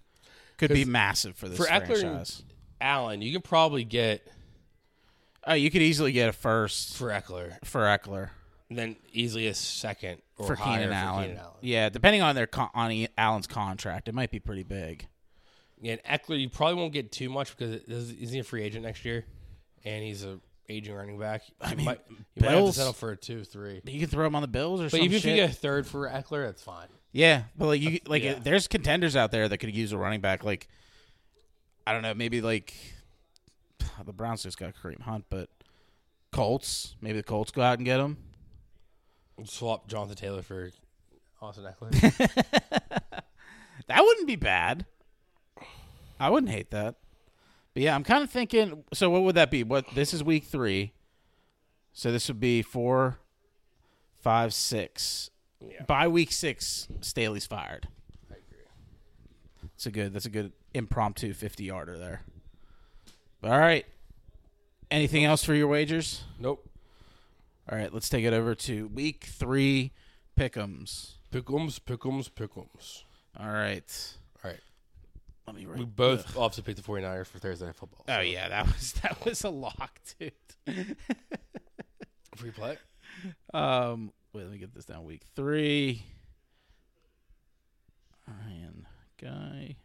could be 'Cause massive for this for Eckler and- franchise. Allen, you can probably get Oh, you could easily get a first for Eckler, for Eckler. and then easily a second or for higher Keenan for Allen. Keenan Allen. Yeah, depending on their con- on E- Allen's contract, it might be pretty big. And Eckler, you probably won't get too much because it- is is he a free agent next year? And he's a aging running back. I mean, might, you might have to Bills- settle for a two, three. You can throw him on the Bills or But some even if you shit. get a third for Eckler, that's fine. yeah, but like you like yeah. uh, there's contenders out there that could use a running back. Like I don't know, maybe like the Browns just got Kareem Hunt, but Colts maybe the Colts go out and get him. Swap Jonathan Taylor for Austin Eckler. That wouldn't be bad. I wouldn't hate that. But yeah, I'm kind of thinking. So what would that be? What this is week three. So this would be four, five, six. By week six, Staley's fired. I agree. It's a good. That's a good impromptu fifty yarder there. all right. Anything else for your wagers? Nope. All right, let's take it over to week three pickums. Pickums, pickums, pickums. All right. All right. Let me We write. both obviously picked the 49ers for Thursday Night Football. Oh yeah, that was that was a lock, dude. Free play? Um, wait, let me get this down. Week three, Ryan guy,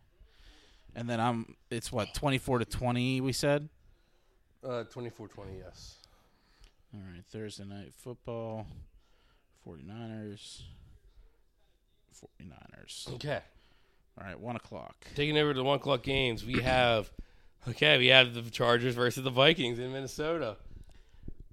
and then I'm. It's what twenty four to twenty. We said. Uh, 24 20, yes. All right, Thursday night football. 49ers. 49ers. All Okay. right, 1 o'clock. Taking over to the one o'clock games, we have okay, we have the Chargers versus the Vikings in Minnesota.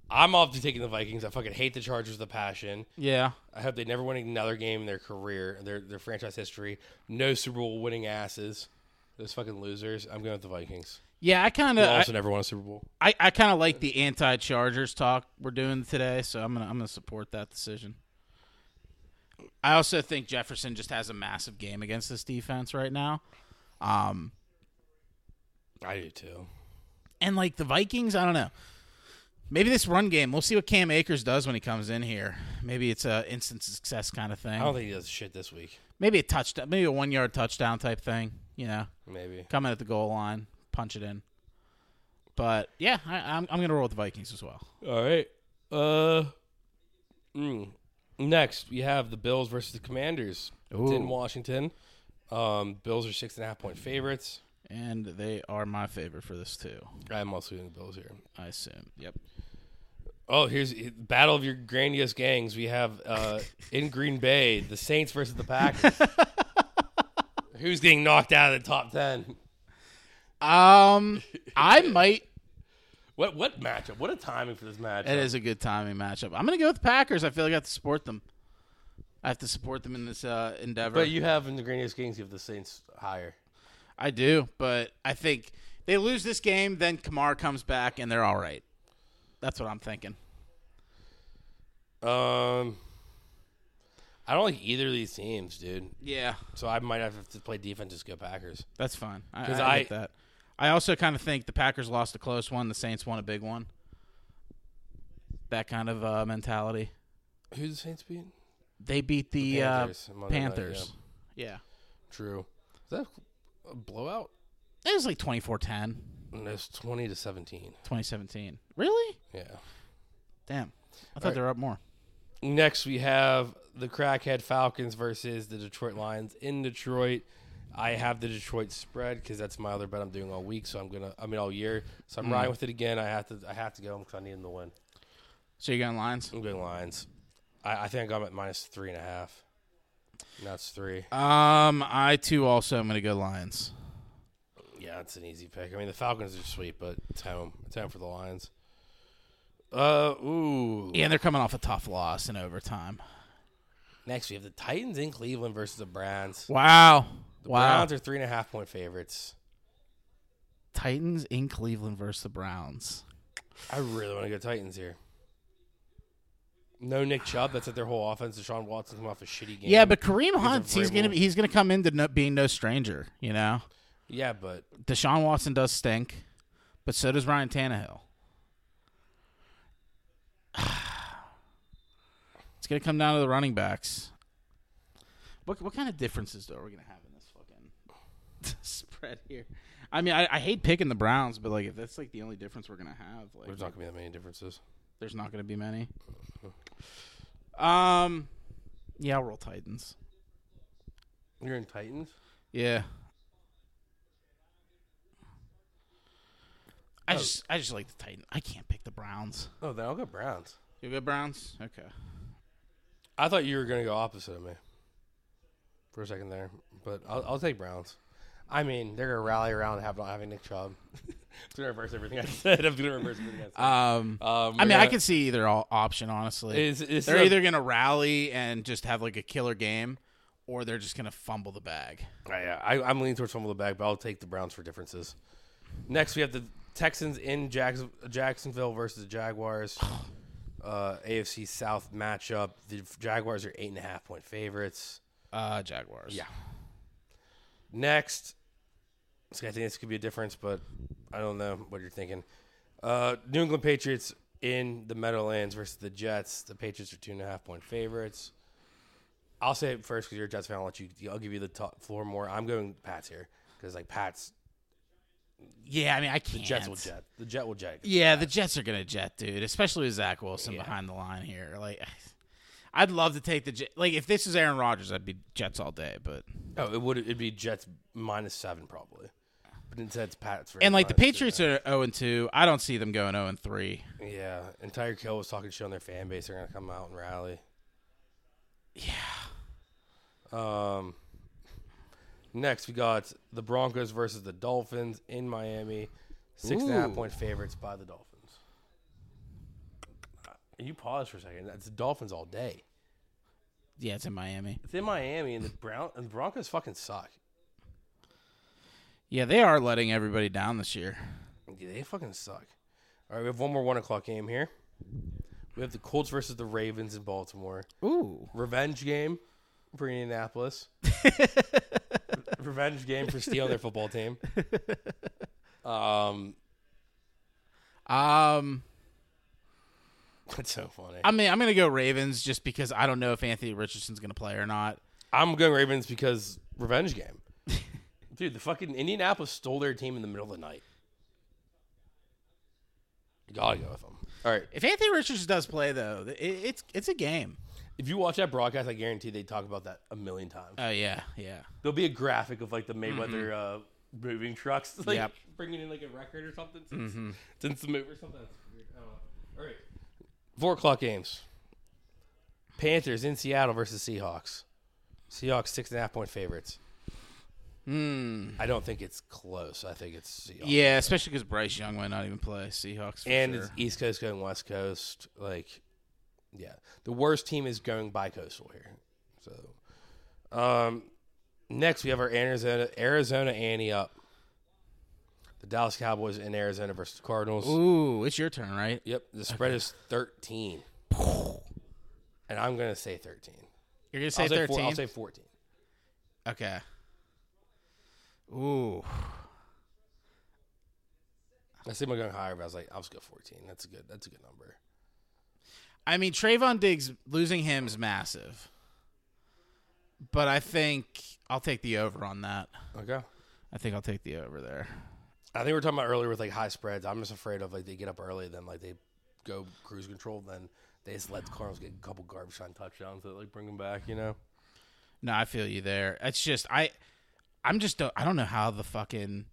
I'm off to taking the Vikings. I fucking hate the Chargers with a passion. Yeah. I hope they never win another game in their career, their their franchise history. No Super Bowl winning asses. Those fucking losers. I'm going with the Vikings. Yeah, I kind Who of also never won a Super Bowl. I, I kind of like the anti-Chargers talk we're doing today, so I'm gonna I'm gonna support that decision. I also think Jefferson just has a massive game against this defense right now, um, I do too. and like the Vikings, I don't know. Maybe this run game, we'll see what Cam Akers does when he comes in here. Maybe it's a instant success kind of I don't thing. think he does shit this week. Maybe a touchdown, maybe a one yard touchdown type thing. You know, Maybe. come in at the goal line, punch it in. But yeah, I, I'm I'm gonna roll with the Vikings as well. All right. Uh. mm. Next, we have the Bills versus the Commanders. It's Ooh. in Washington. Um, Bills are six and a half point favorites. And they are my favorite for this too. I'm also in the Bills here. I assume. Yep. Oh, here's battle of your grandiose gangs. We have uh, in Green Bay the Saints versus the Packers. Who's getting knocked out of the top ten? Um, I might. What what matchup? What a timing for this matchup! It is a good timing matchup. I'm gonna go with the Packers. I feel like I have to support them. I have to support them in this uh, endeavor. But you have in the grandiose gangs. You have the Saints higher. I do, but I think they lose this game, then Kamara comes back, and they're all right. That's what I'm thinking. Um, I don't like either of these teams, dude. Yeah, So I might have to play defense. Just go Packers. that's fine. I, 'Cause I, get I- that. I also kind of think the Packers lost a close one. The Saints won a big one. That kind of uh, mentality. Who the Saints beat? They beat the, Panthers. Panthers on Monday Uh, night, Panthers. yeah. True. Is that a blowout? It was like 24-10, No, it's twenty to seventeen. 2017. Really? Yeah. Damn. I thought they were up more. Next we have the crackhead Falcons versus the Detroit Lions in Detroit. I have the Detroit spread because that's my other bet I'm doing all week. So I'm gonna, I mean, all year. So I'm riding with it again. I have to, I have to go because I need them to win. So you're going Lions? I'm going Lions. I, I think I got them at minus three and a half. And that's three. Um, I too also am going to go Lions. Yeah, that's an easy pick. I mean, the Falcons are sweet, but it's home. It's home for the Lions. Uh, ooh. Yeah, and they're coming off a tough loss in overtime. Next, we have the Titans in Cleveland versus the Browns. Wow. The wow. Browns are three and a half point favorites. Titans in Cleveland versus the Browns. I really want to go Titans here. No Nick Chubb. That's at their whole offense. Deshaun Watson come off a shitty game. Yeah, but Kareem Hunt, he's Vrabel. going to be he's going to come into no, being no stranger, you know. yeah, but Deshaun Watson does stink, but so does Ryan Tannehill. it's gonna come down to the running backs. What what kind of differences though are we gonna have in this fucking spread here? I mean, I, I hate picking the Browns, but like if that's like the only difference we're gonna have, like there's not gonna be that many differences. there's not gonna be many. Um, yeah, I'll roll Titans. You're in Titans. Yeah. I Oh. just I just like the Titan. I can't pick the Browns. Oh, then I'll go Browns. You go Browns? Okay. I thought you were gonna go opposite of me for a second there, but I'll, I'll take Browns. I mean, they're gonna rally around and have not having Nick Chubb. I'm gonna reverse everything I said. I'm gonna reverse everything I said. Um Um, I we're mean, I gonna- could see either all option honestly. Is, is they're the- either going to rally and just have like a killer game or they're just going to fumble the bag. I, I, I'm leaning towards fumble the bag, but I'll take the Browns for differences. Next, we have the Texans in Jackson, Jacksonville versus the Jaguars. Uh, AFC South matchup. The Jaguars are eight and a half point favorites. Uh Jaguars. Yeah. Next, so I think this could be a difference, but I don't know what you're thinking. Uh, New England Patriots in the Meadowlands versus the Jets. The Patriots are two and a half point favorites. I'll say it first because you're a Jets fan. I'll let you. I'll give you the top floor more. I'm going Pats here because like Pats, Yeah, I mean, I can't. Jets will jet. The Jet will jet. Yeah, the Jets are gonna jet, dude. Especially with Zach Wilson Yeah. behind the line here. Like, I'd love to take the Jet. Like, if this is Aaron Rodgers, I'd be Jets all day. But Oh, it would. It'd be Jets minus seven probably. That's Pat's. very And like the much, Patriots are zero and two. I don't see them going zero and three. Yeah, and Tyreek Hill was talking shit on their fan base. They're gonna come out and rally. Yeah. Um. Next, we got the Broncos versus the Dolphins in Miami. Six and a half Ooh. point favorites by the Dolphins. You pause for a second. That's the Dolphins all day. Yeah, it's in Miami. It's in Miami, and the Brown and the Broncos fucking suck. Yeah, they are letting everybody down this year. Yeah, they fucking suck. All right, we have one more one o'clock game here. We have the Colts versus the Ravens in Baltimore. Ooh. revenge game for Indianapolis. revenge game for stealing their football team. Um, Um, that's so funny. I mean, I'm gonna go Ravens just because I don't know if Anthony Richardson's gonna play or not. I'm going Ravens because revenge game. Dude, the fucking Indianapolis stole their team in the middle of the night. You gotta go with them. All right. If Anthony Richardson does play though, it, it's it's a game. If you watch that broadcast, I guarantee they talk about that a million times. Oh yeah, yeah. There'll be a graphic of like the Mayweather uh, moving trucks, Mm-hmm. like Yep. Mm-hmm. bringing in like a record or something since, since the move or something. That's weird. I don't know. All right, four o'clock games. Panthers in Seattle versus Seahawks. Seahawks six and a half point favorites. Hmm. I don't think it's close. I think it's Seahawks. Yeah, especially because Bryce Young might not even play Seahawks. For and sure. it's East Coast going West Coast. Like, yeah, the worst team is going bi-coastal here. So, um, next we have our Arizona Arizona Annie up. The Dallas Cowboys in Arizona versus Cardinals. ooh, it's your turn, right? Yep, the spread is thirteen, and I'm gonna say thirteen. You're gonna say I'll say four- I'll thirteen. say fourteen. okay. Ooh. I see them going higher, but I was like, I'll just go fourteen. That's a good. That's a good number. I mean, Trayvon Diggs losing him is massive, but I think I'll take the over on that. Okay. I think I'll take the over there. I think we were talking about earlier with like high spreads. I'm just afraid of like they get up early, then like they go cruise control, then they just let the Cardinals get a couple garbage time touchdowns that like bring them back. You know, No, I feel you there. It's just I, I'm just don't- I don't know how the fucking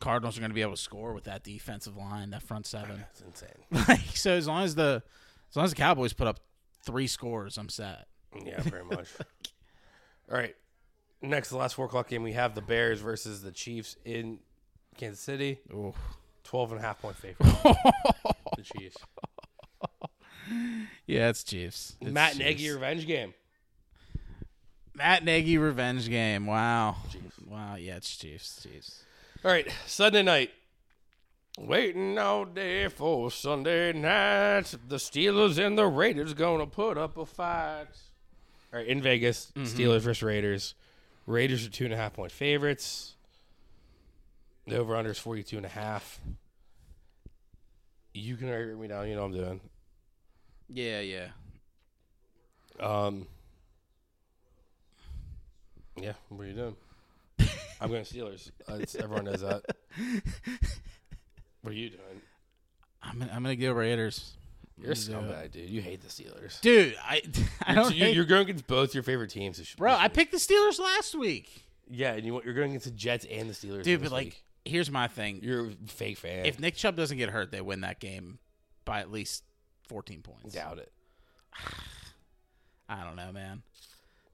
Cardinals are going to be able to score with that defensive line, that front seven. it's insane. Like so, as long as the as long as the Cowboys put up three scores, I'm set. Yeah, very much. All right, next the last four o'clock game we have the Bears versus the Chiefs in Kansas City. Ooh. 12 and a half point favorite. the Chiefs. Yeah, it's Chiefs. It's Matt Chiefs. Nagy revenge game. Matt Nagy revenge game. Wow. Chiefs. Wow. Yeah, it's Chiefs. Chiefs. All right, Sunday night. Waiting all day for Sunday night. The Steelers and the Raiders gonna put up a fight. All right, in Vegas, Steelers versus Raiders. Raiders are two and a half point favorites. The over under is 42 and a half. You can argue me down. You know what I'm doing. Yeah. Yeah. Um, yeah, what are you doing? I'm going Steelers. Uh, it's- everyone knows that. What are you doing? I'm gonna, I'm gonna go Raiders, You're a scumbag, dude. You hate the Steelers. dude. I I don't. you, hate- you're going against both your favorite teams, this- bro, this I week. picked the Steelers last week, Yeah, and you, you're going against the Jets and the Steelers, dude. this But like, week. here's my thing. you're a fake fan. If Nick Chubb doesn't get hurt, they win that game by at least 14 points. doubt it. I don't know, man.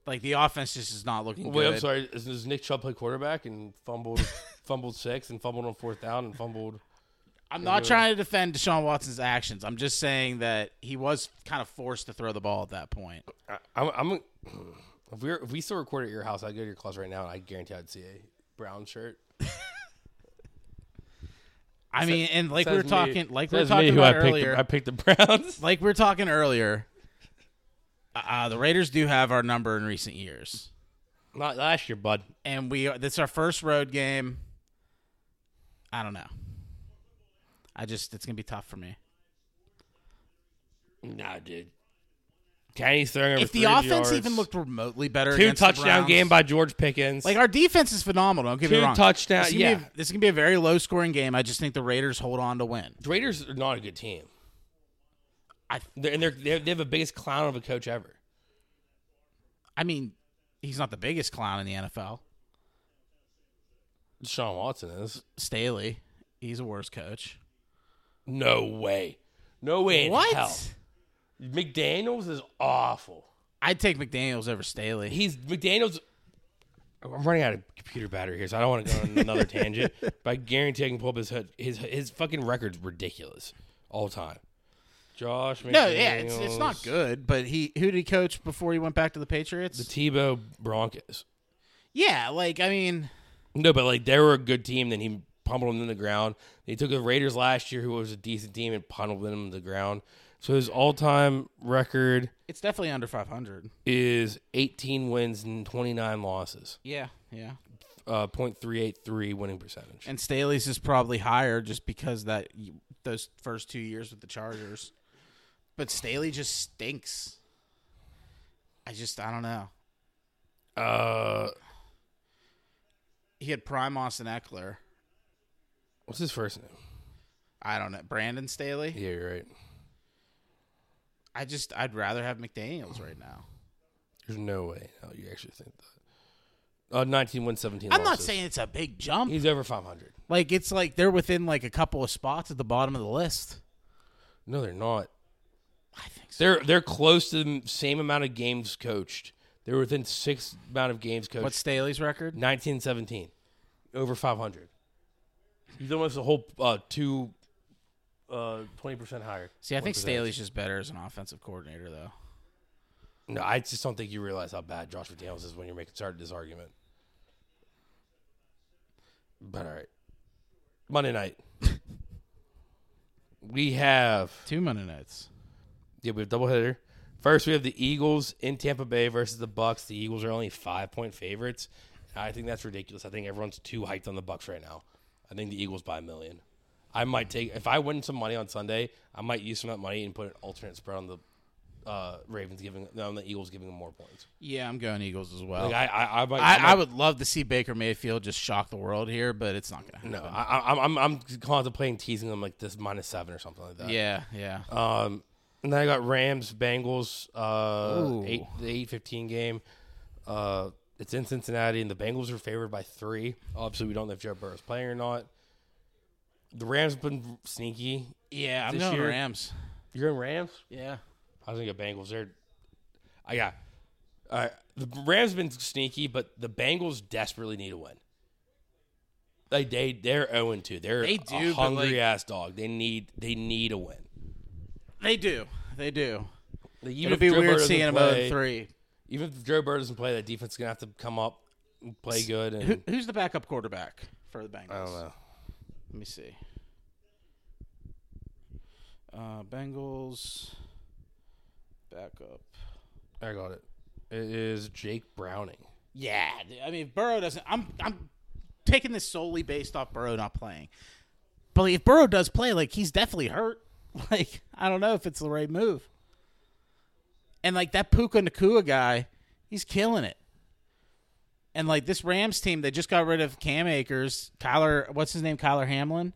Like the offense just is not looking Wait, good. I'm sorry. Is, does Nick Chubb play quarterback and fumbled, fumbled six and fumbled on fourth down and fumbled? I'm not trying to defend Deshaun Watson's actions. I'm just saying that he was kind of forced to throw the ball at that point. I, I'm, I'm if we were, if we still recorded at your house, I'd go to your closet right now, and I guarantee I'd see a brown shirt. I mean, and like we were Says me- talking, like we were says me talking who about I picked the- earlier, I picked the Browns. like we were talking earlier, uh, the Raiders do have our number in recent years, Not last year, bud. and we are, this is our first road game. I don't know. I just it's gonna be tough for me. Nah, dude. Kenny's throwing over if the 300 offense yards. even looked remotely better, two against the touchdown Browns- game by George Pickens. like our defense is phenomenal. Don't get me Two wrong. touchdown- This is gonna be yeah. a- this is gonna be a very low scoring game. I just think the Raiders hold on to win. the Raiders are not a good team. I They're, and they're, they're they have the biggest clown of a coach ever. I mean, he's not the biggest clown in the NFL. Sean Watson is. Staley, he's a worse coach. No way. No way in What? hell. McDaniels is awful. I'd take McDaniels over Staley. He's McDaniels. I'm running out of computer battery here, so I don't want to go on another tangent. But I guarantee I can pull up his hood. His his fucking record's ridiculous all time. Josh McDaniels. no, yeah, it's, it's not good. But he who did he coach before he went back to the Patriots? The Tebow Broncos. yeah, like I mean, No, but like they were a good team. Then he pummeled them in the ground. They took the Raiders last year, who was a decent team, and pummeled them in the ground. So his all-time record it's definitely under five hundred. is 18 wins and 29 losses, Yeah, yeah. uh, .383 winning percentage. And Staley's is probably higher just because that those first two years with the Chargers. But Staley just stinks. I just I don't know. Uh, He had prime Austin Eckler. what's his first name? I don't know Brandon Staley. Yeah, you're right. I just I'd rather have McDaniel's right now. There's no way. No, you actually think that? Uh, 19 wins, 17 I'm not losses. saying it's a big jump. he's over 500. Like it's like they're within like a couple of spots at the bottom of the list. No, they're not. I think so. They're they're close to the same amount of games coached. They're within six amount of games coached. What's Staley's record? 1917, over 500. He's almost a whole uh, two, uh, 20% higher. See, I think 1%. Staley's just better as an offensive coordinator though. No, I just don't think you realize how bad Josh McDaniels is when you're making started this argument. But all right, Monday night we have Two Monday nights. yeah we have doubleheader. First, we have the Eagles in Tampa Bay versus the Bucks. The Eagles are only five point favorites. I think that's ridiculous. I think everyone's too hyped on the Bucks right now. I think the Eagles by a million. I might take if I win some money on Sunday, I might use some of that money and put an alternate spread on the uh, Ravens giving no, on the Eagles giving them more points. Yeah, I'm going Eagles as well. Like I, I, I, might, I, might- I would love to see Baker Mayfield just shock the world here, but it's not gonna happen. No, I, I- I'm, I'm, I'm contemplating teasing them like this minus seven or something like that. Yeah, yeah. Um, and then I got Rams, Bengals, uh, Ooh. eight, the eight fifteen game. Uh, it's in Cincinnati, and the Bengals are favored by three. Obviously, we don't know if Joe Burrow's playing or not. The Rams have been sneaky. yeah, I'm this going year- Rams. You're in Rams. Yeah. I was gonna go Bengals. They're, I got. All right, the Rams been sneaky, but the Bengals desperately need a win. Like they they're zero and two. They're They do, a but, hungry like- ass dog. They need they need a win. They do. They do. Like, It'll even if be Joe Burrow weird doesn't seeing them play- at three. Even if Joe Burrow doesn't play, that defense is gonna have to come up, and play good, and Who, who's the backup quarterback for the Bengals? I don't know. Let me see. Uh, Bengals backup. I got it. It is Jake Browning. Yeah, dude, I mean if Burrow doesn't. I'm I'm taking this solely based off Burrow not playing. But like, if Burrow does play, like he's definitely hurt. Like I don't know if it's the right move. And like that Puka Nakua guy, he's killing it. And like this Rams team, they just got rid of Cam Akers, Kyler. What's his name? Kyler Hamlin.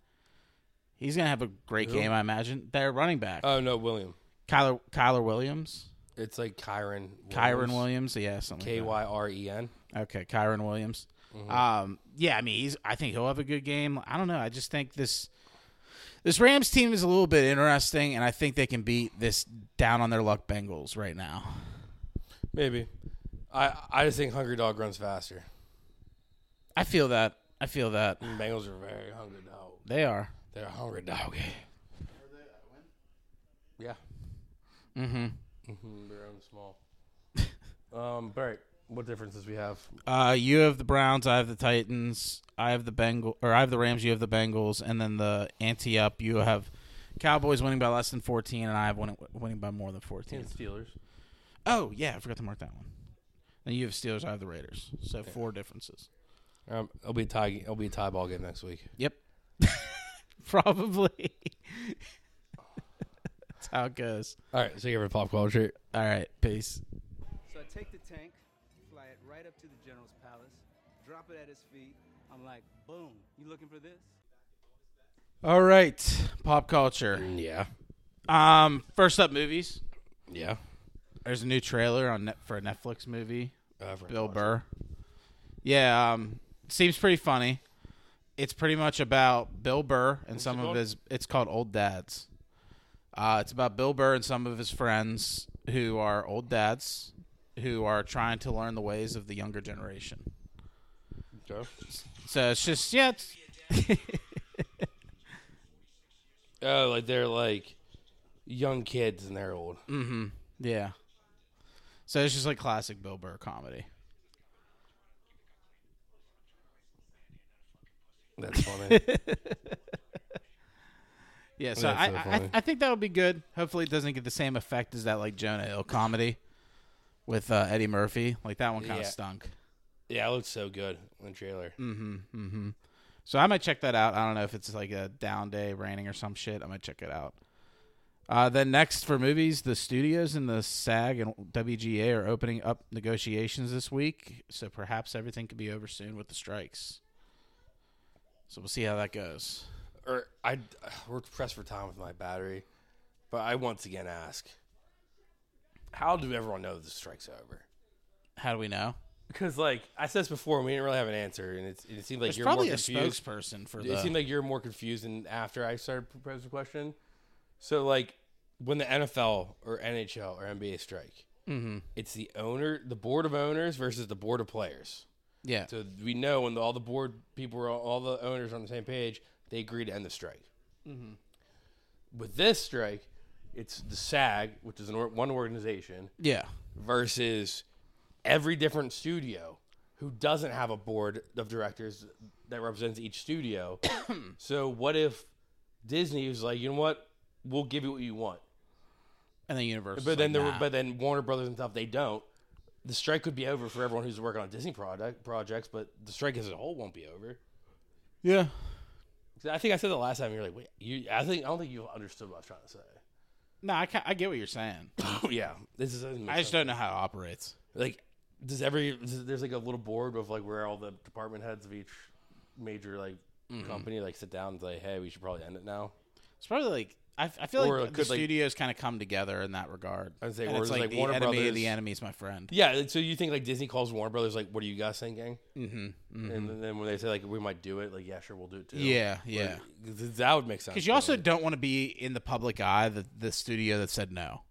He's gonna have a great game, I imagine. They're running back, Oh no, William. Kyler Kyler Williams, It's like Kyron. Kyron Williams. Yeah, something. K like that. Y R E N. Okay, Kyron Williams. Um, yeah, I mean, he's. I think he'll have a good game. I don't know. I just think this this Rams team is a little bit interesting, and I think they can beat this down on their luck Bengals right now. Maybe. I I just think hungry dog runs faster. I feel that. I feel that Bengals are very hungry dog. they are. They're a hungry dog. Yeah. Mm-hmm. Mm-hmm. They're own small. um, but all right, what differences we have? Uh, you have the Browns. I have the Titans. I have the Bengal or I have the Rams. You have the Bengals, and then the ante up. You have Cowboys winning by less than fourteen, and I have winning, winning by more than fourteen. Steelers. Oh yeah, I forgot to mark that one. Then you have Steelers. I have the Raiders. So four differences. Um, it'll be a tie. It'll be a tie ball game next week. Yep. Probably. That's how it goes. All right, so you have a pop culture. All right. Peace. So I take the tank, fly it right up to the general's palace, drop it at his feet. I'm like, boom, you looking for this? All right. Pop culture. Mm, Yeah, Um, first up, movies. yeah. There's a new trailer on net for a Netflix movie. Uh, for- Bill Burr. Yeah. Um, seems pretty funny. it's pretty much about Bill Burr and some of called? his. It's called Old Dads. Uh, it's about Bill Burr and some of his friends who are old dads who are trying to learn the ways of the younger generation. Okay. So it's just yeah, it's, Oh, like they're like young kids and they're old. yeah. So it's just like classic Bill Burr comedy. That's funny. Yeah, so That's I, so I funny. I think that would be good. Hopefully, it doesn't get the same effect as that like Jonah Hill comedy with uh, Eddie Murphy. Like that one kind of Yeah. stunk. yeah, it looks so good in the trailer. Mm-hmm, So I might check that out. I don't know if it's like a down day, raining or some shit. I might check it out. Uh, then next for movies, the studios and the SAG and WGA are opening up negotiations this week, so perhaps everything could be over soon with the strikes. So we'll see how that goes. Or I we're pressed for time with my battery, but I once again ask, how do everyone know the strike's over? How do we know? Because like I said this before, we didn't really have an answer, and it's, it seemed like There's you're probably more a confused. spokesperson for It the. seemed like you're more confused than after I started proposing the question. So like when the NFL or NHL or NBA strike, Mm-hmm. it's the owner, the board of owners versus the board of players. yeah, So we know when all the board people are all the owners are on the same page, they agree to end the strike. With this strike, it's the SAG, which is an or- one organization, yeah, versus every different studio who doesn't have a board of directors that represents each studio. so what if Disney was like, you know what, we'll give you what you want, and then Universal. but then like, there, nah. but then Warner Brothers and stuff they don't. The strike could be over for everyone who's working on Disney product projects, but the strike as a whole won't be over. yeah, I think I said the last time. You're like, wait, you. I think I don't think you understood what I was trying to say. no, I, ca- I get what you're saying. yeah, this is. Oh, I just don't know how it operates. like does every does- there's like a little board of like where all the department heads of each major like Mm-hmm. company like sit down and say, hey, we should probably end it now. It's probably like I, I feel Or like it the could, like- studios kind of come together in that regard. I'd say, And or it's it's like the Warner enemy of Brothers- the enemy's my friend. Yeah, like, so you think like Disney calls Warner Brothers like, what are you guys thinking? Mm-hmm, And then- then when they say like we might do it, like yeah, sure, we'll do it too. Yeah, yeah. Like, th- that would make sense. Because you also don't want to be in the public eye the the studio that said no.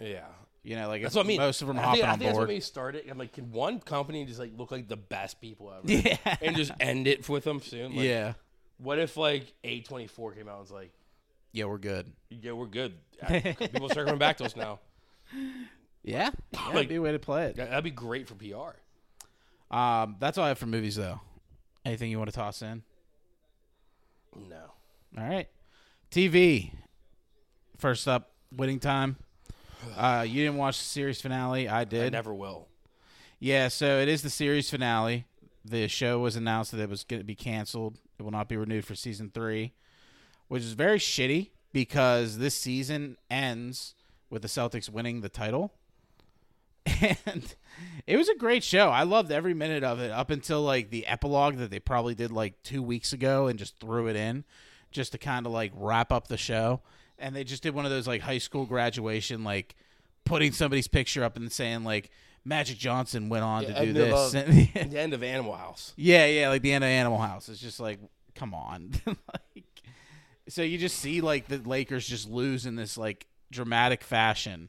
yeah. You know, like That's if what I mean. Most of them I are hopping think- I on think That's what board. made me start it. I'm like, can one company just like look like the best people ever? Yeah. and just end it with them soon. Like, yeah, What if like A24 came out and was like, yeah, we're good. yeah, we're good. People start coming back to us now. Yeah, yeah Like- be a way to play it. That- That'd be great for PR. Um, that's all I have for movies though. Anything you want to toss in? No. All right. TV. First up, winning time. Uh, you didn't watch the series finale. I I did. never will. Yeah, so it is the series finale. The show was announced that it was going to be canceled. It will not be renewed for season three, which is very shitty because this season ends with the Celtics winning the title. And it was a great show. I loved every minute of it up until like the epilogue that they probably did like two weeks ago and just threw it in just to kind of like wrap up the show. And they just did one of those like high school graduation, like putting somebody's picture up and saying like Magic Johnson went on Yeah, to do and they're this. about- And- The end of Animal House. yeah, yeah, like the end of Animal House. It's just like, come on. like, so you just see like the Lakers just lose in this like dramatic fashion,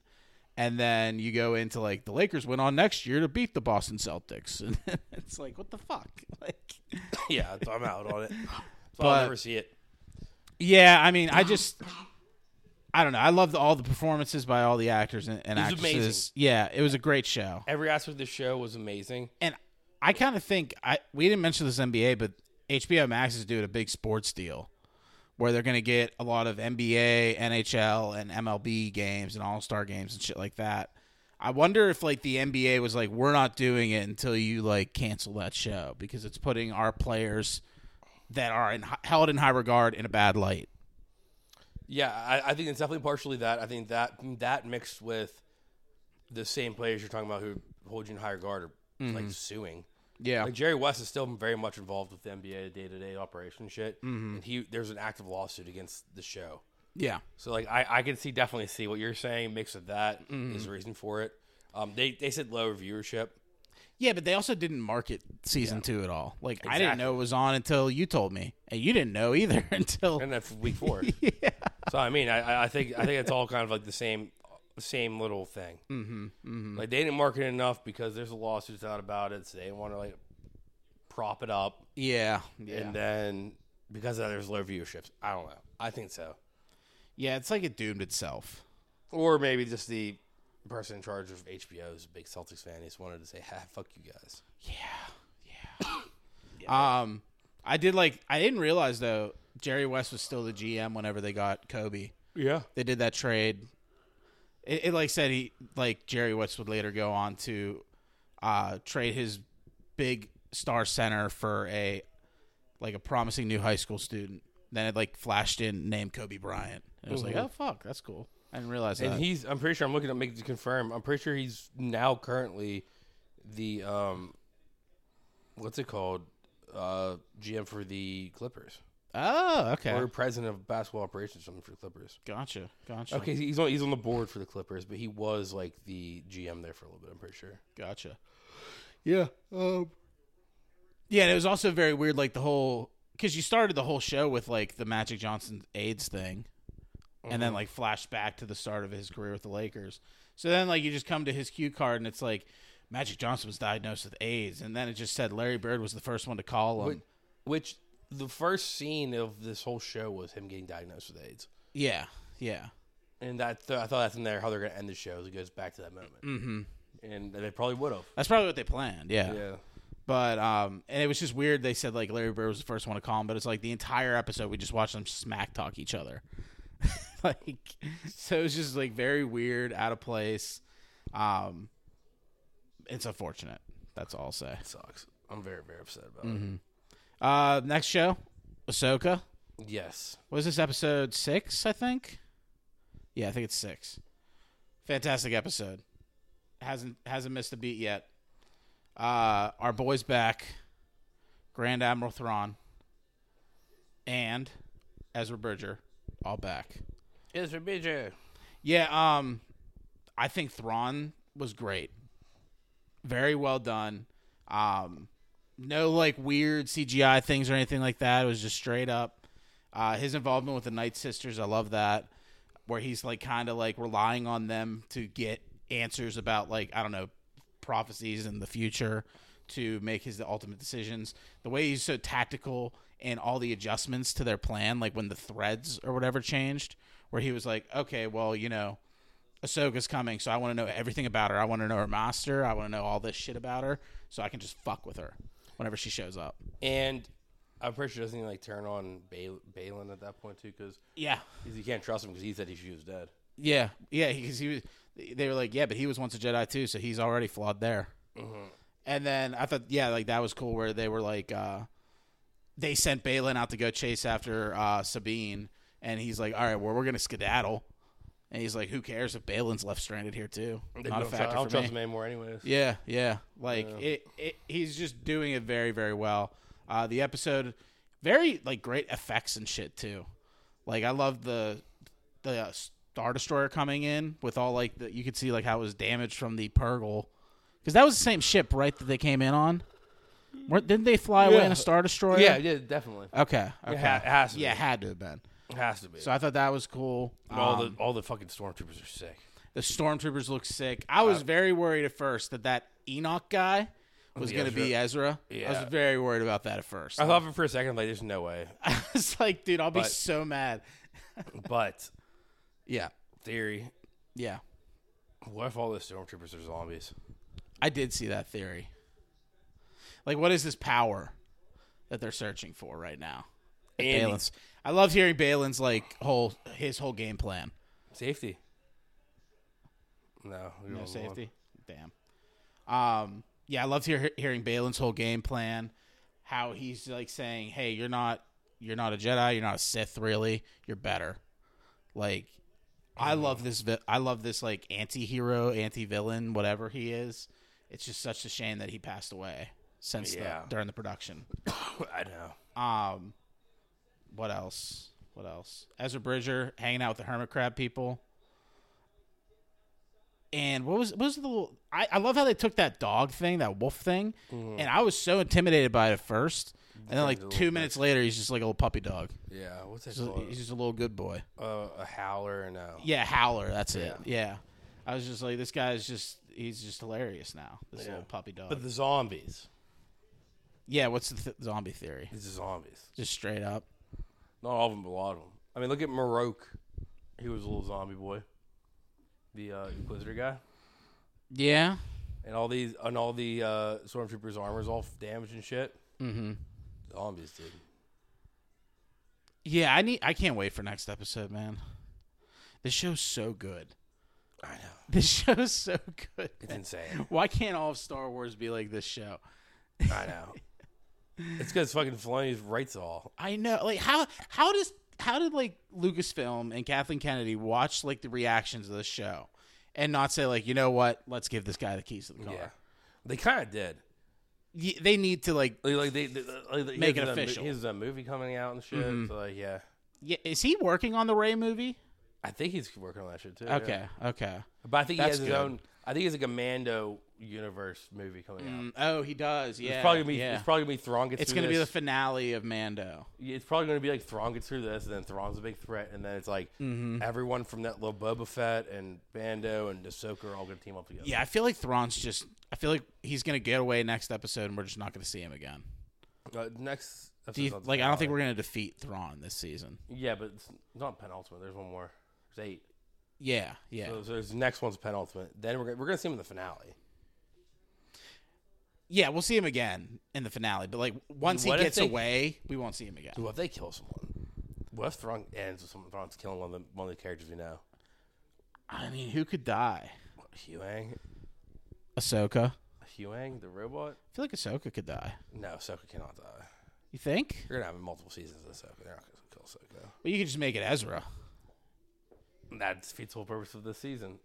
and then you go into like the Lakers went on next year to beat the Boston Celtics, and it's like, what the fuck? Like, yeah, that's- I'm out on it. That's why But- I'll never see it. yeah, I mean, I just. I don't know. I loved all the performances by all the actors and, and It was actresses. amazing. Yeah, it was a great show. Every aspect of the show was amazing. and I kind of think I we didn't mention this NBA, but HBO Max is doing a big sports deal where they're going to get a lot of NBA, NHL, and MLB games and All Star games and shit like that. I wonder if like the NBA was like, we're not doing it until you like cancel that show because it's putting our players that are in, held in high regard in a bad light. Yeah, I, I think it's definitely partially that. I think that that mixed with the same players you're talking about who hold you in high regard are like suing. Yeah, Like Jerry West is still very much involved with the NBA day to day operation shit, and he there's an active lawsuit against the show. yeah, So like I, I can see definitely see Mm-hmm. what you're saying mixed with that is the reason for it. Um, they they said lower viewership. Yeah, but they also didn't market season two at all. Like I didn't know it was on until you told me, and you didn't know either until and that's week four. yeah. So I mean, I- I, I think I think it's all kind of like the same same little thing. Mm-hmm, Like they didn't market it enough because there's lawsuits out about it, so they want to like prop it up, yeah, yeah, and then because of that, there's low viewerships. I don't know. I think so, yeah. It's like it doomed itself. or maybe just the person in charge of HBO is a big Celtics fan. He just wanted to say, "Ha, fuck you guys." Um, I did like I didn't realize though Jerry West was still the GM whenever they got Kobe. Yeah. They did that trade. It, it like said he like Jerry West would later go on to uh, trade his big star center for a like a promising new high school student. Then it like flashed in named Kobe Bryant. It was like, Mhm. oh fuck, that's cool. I didn't realize And that. he's, I'm pretty sure, I'm looking at make to confirm. I'm pretty sure he's now currently the, um, what's it called? Uh, GM for the Clippers oh, okay. or president of basketball operations something for the Clippers. gotcha, gotcha. Okay, he's on he's on the board for the Clippers, but he was like the GM there for a little bit. I'm pretty sure. Gotcha. Yeah. Um. Yeah, and it was also very weird, like the whole because you started the whole show with like the Magic Johnson AIDS thing, and then like flashed back to the start of his career with the Lakers. So then like you just come to his cue card, and it's like Magic Johnson was diagnosed with AIDS, and then it just said Larry Bird was the first one to call him. Which, which the first scene of this whole show was him getting diagnosed with AIDS, Yeah. Yeah. and that I thought that's in there how they're gonna end the show. It goes back to that moment, mm-hmm. and they probably would have. That's probably what they planned. But um, and it was just weird. They said like Larry Bird was the first one to call him, but it's like the entire episode we just watched them smack talk each other. like, so it's just like very weird, out of place. Um, it's unfortunate. That's all I'll say. sucks. I'm very, very upset about Uh, next show, Ahsoka. it. Yes. Was this episode six? I think. Yeah, I think it's six. Fantastic episode. hasn't hasn't missed a beat yet. Uh, our boys back, Grand Admiral Thrawn, and Ezra Bridger, all back. It's for BJ. Yeah, um, I think Thrawn was great. Very well done. Um, no like weird CGI things or anything like that. It was just straight up. Uh, his involvement with the Night Sisters, I love that. Where he's like kind of like relying on them to get answers about like I don't know prophecies in the future to make his ultimate decisions. The way he's so tactical and all the adjustments to their plan, like when the threads or whatever changed, where he was like, okay, well you know. Ahsoka's coming, so I want to know everything about her. I want to know her master. I want to know all this shit about her, so I can just fuck with her whenever she shows up. And I'm pretty sure doesn't he like turn on Bal- Balin at that point too because Yeah, he can't trust him because he said he she was dead. yeah, yeah. Because he was, they were like, yeah, but he was once a Jedi too, so he's already flawed there. And then I thought, yeah, like that was cool where they were like, uh, they sent Balin out to go chase after uh, Sabine, and he's like, all right, well, we're gonna skedaddle, and he's like, who cares if Balin's left stranded here too? Not a don't tru- I factor don't for trust me. him anymore, anyways. Yeah, yeah. Like It, it, he's just doing it very, very well. Uh, the episode, very like great effects and shit too. Like I love the the uh, star destroyer coming in with all like the you could see like how it was damaged from the Purgle because that was the same ship right that they came in on. Weren't- didn't they fly away in Yeah. a star destroyer? Yeah, yeah, definitely. Okay. Okay. It, ha- it has to yeah, be. had to have been. It has to be. So I thought that was cool. And all Um, the all the fucking stormtroopers are sick. the stormtroopers look sick. I Uh, was very worried at first that that Enoch guy was Be going to be Ezra. I Oh, Yeah. was very worried about that at first. I thought for- for a second like there's no way, I was like, dude, I'll be But- so mad. but Yeah, theory. yeah, What if all the stormtroopers are zombies? I did see that theory. Like, what is this power that they're searching for right now? At Andy. Balin's. I love hearing Balin's like whole his whole game plan. Safety. No, we No don't want- safety. Damn. Um. Yeah, I loved hear, hearing Balin's whole game plan. How he's like saying, "Hey, you're not, you're not a Jedi. You're not a Sith. Really, you're better." Like, I love this. vi- I love this like anti-hero, anti-villain, whatever he is. It's just such a shame that he passed away since Yeah. the, during the production. I know. Um, what else? What else? Ezra Bridger hanging out with the hermit crab people. and what was what was the little, I, I love how they took that dog thing, that wolf thing, and I was so intimidated by it at first, and then Mm-hmm. a like little two minutes later, he's just like a little puppy dog. Yeah, what's that He's just- called? he's just a little good boy. Uh, a howler and a Yeah, Howler. That's it. Yeah. I was just like, this guy's just, he's just hilarious now. This little puppy dog. But the zombies. yeah, what's the th- zombie theory? It's the zombies. Just straight up. Not all of them, but a lot of them. I mean, look at Maroke. He was a little zombie boy, the uh, Inquisitor guy, Yeah. and all these and all the uh, stormtroopers' armors all damaged and shit. Mm-hmm. Zombies, dude. Yeah, I need. I can't wait for next episode, man. This show's so good. I know This show's so good. it's insane. Why can't all of Star Wars be like this show? I know. It's because fucking Filoni writes it all. I know. Like how how does how did like Lucasfilm and Kathleen Kennedy watch like the reactions of this show and not say like, you know what, let's give this guy the keys to the car. Yeah, they kind of did. Ye- They need to like Like, like they, they, like, they- Make it he has a mo- official. Mm-hmm. He has a movie coming out and shit. So like, yeah, Yeah, is he working on the Ray movie? I think he's working on that shit too. yeah. Okay, okay. but I think he That's has his good. own. I think he's like a Mando universe movie coming out. Mm, oh, he does. Yeah, It's probably gonna be. yeah. It's probably gonna be Thrawn gets. It's through gonna be the this. finale of Mando. It's probably gonna be like Thrawn gets through this, and then Thrawn's a big threat, and then it's like everyone from that little Boba Fett and Bando and Ahsoka are all gonna team up together. Yeah, I feel like Thrawn's just. I feel like he's gonna get away next episode, and we're just not gonna see him again. Uh, next. Do you, like, I don't think we're gonna defeat Thrawn this season. Yeah, but it's not penultimate. There's one more. There's eight. Yeah, yeah, So, so there's next one's penultimate. Then we're gonna, we're gonna see him in the finale. yeah. We'll see him again in the finale, but like once he What if gets they- away, we won't see him again. Dude, what if they kill someone? What if Thrawn ends with someone Thrawn's killing one of the one of the characters we know? I mean, who could die? What, Huang, Ahsoka. I Huang, the robot. feel like Ahsoka could die. No, Ahsoka cannot die. You think? You're gonna have multiple seasons of Ahsoka. They're not gonna kill Ahsoka. Well, you could just make it Ezra. That defeats the whole purpose of this season.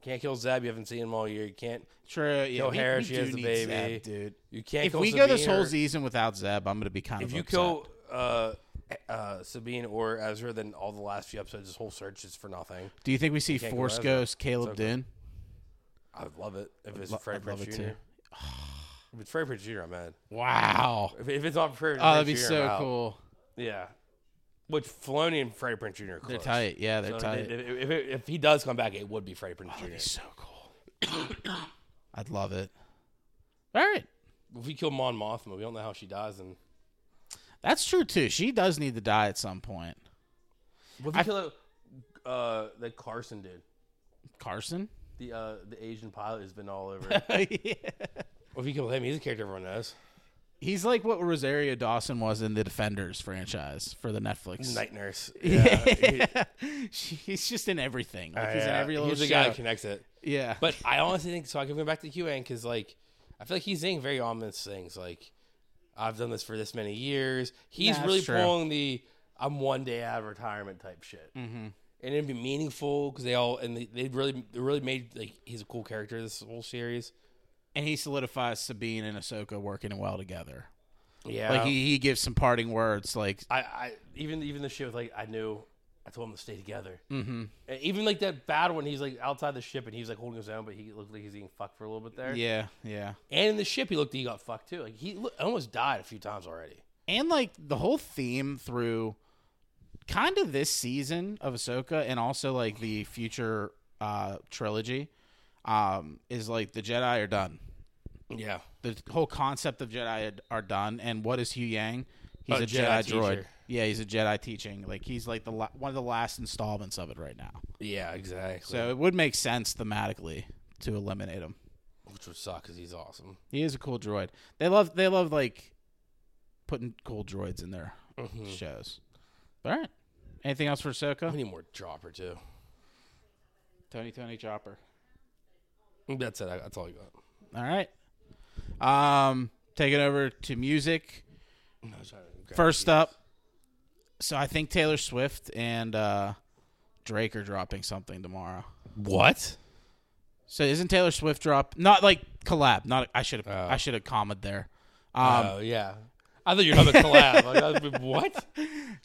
Can't kill Zeb. You haven't seen him all year. You can't. True. Yeah, Kill we, Hera, we she do has the need baby. Zeb, dude. You can't. if kill we Sabine go this whole or- season without Zeb, I'm gonna be kind if of you upset. kill uh, uh, Sabine or Ezra, then all the last few episodes, this whole search is for nothing. Do you think we see can't go Force Ezra. Ghost Caleb okay. Dune? I would love it if it's lo- Freddie I'd love Prinze it Jr. too. if it's Freddie Prinze Jr., I'm mad. Wow. If, if it's not Freddie Oh, Prinze that'd be Jr., so I'm out. cool. Yeah. Which Filoni and Freddie Prinze Jr. Are They're close. tight. Yeah, they're So tight. Oh, If, if, if- if he does come back, it would be Freddie Prinze that'd be Jr. so cool. I'd love it. All right. If we kill Mon Mothma, we don't know how she dies. And That's true too. She does need to die at some point. what if we I- kill uh, uh, that Carson dude? Carson? The uh, the Asian pilot who's been all over. what yeah. if we kill him? He's a character everyone knows. He's like what Rosario Dawson was in the Defenders franchise for the Netflix. Night Nurse. Yeah. He- She- he's just in everything. Like, Uh, he's in yeah. every little He's show. the guy that connects it. yeah. But I honestly think so. I can go back to QAnon because, like, I feel like he's saying very ominous things. Like, I've done this for this many years. He's Nah, really that's true. pulling the "I'm one day out of retirement" type shit, mm-hmm. and it'd be meaningful because they all and they, they really they really made like he's a cool character this whole series. and he solidifies Sabine and Ahsoka working well together. Yeah, Like he, he gives some parting words like I, I even even the shit with like I knew I told him to stay together. Mm-hmm. And even like that battle when he's like outside the ship and he's like holding his own, but he looked like he's getting fucked for a little bit there. Yeah, yeah. And in the ship, he looked he got fucked too. Like he lo- almost died a few times already. And like the whole theme through kind of this season of Ahsoka and also like the future uh trilogy um is like the Jedi are done. Yeah, The whole concept of Jedi are done and what is Hu Yang? He's A a Jedi, Jedi droid. teacher. Yeah, he's a Jedi teaching. Like he's like the la- one of the last installments of it right now. yeah, exactly. So it would make sense thematically to eliminate him. which would suck because he's awesome. He is a cool droid. They love they love like putting cool droids in their Hmm. Mm-hmm. shows. All right. Anything else for We Ahsoka? need more Chopper too. Tony Tony Chopper. That's it. I- That's all I got. All right. Um, take it over to music. No, sorry. Okay. First up, so I think Taylor Swift and uh, Drake are dropping something tomorrow. what? So isn't Taylor Swift drop not like collab? Not I should have Oh. I should have commented there. Um, oh yeah. I thought you were talking about collab. Like, I was like, what?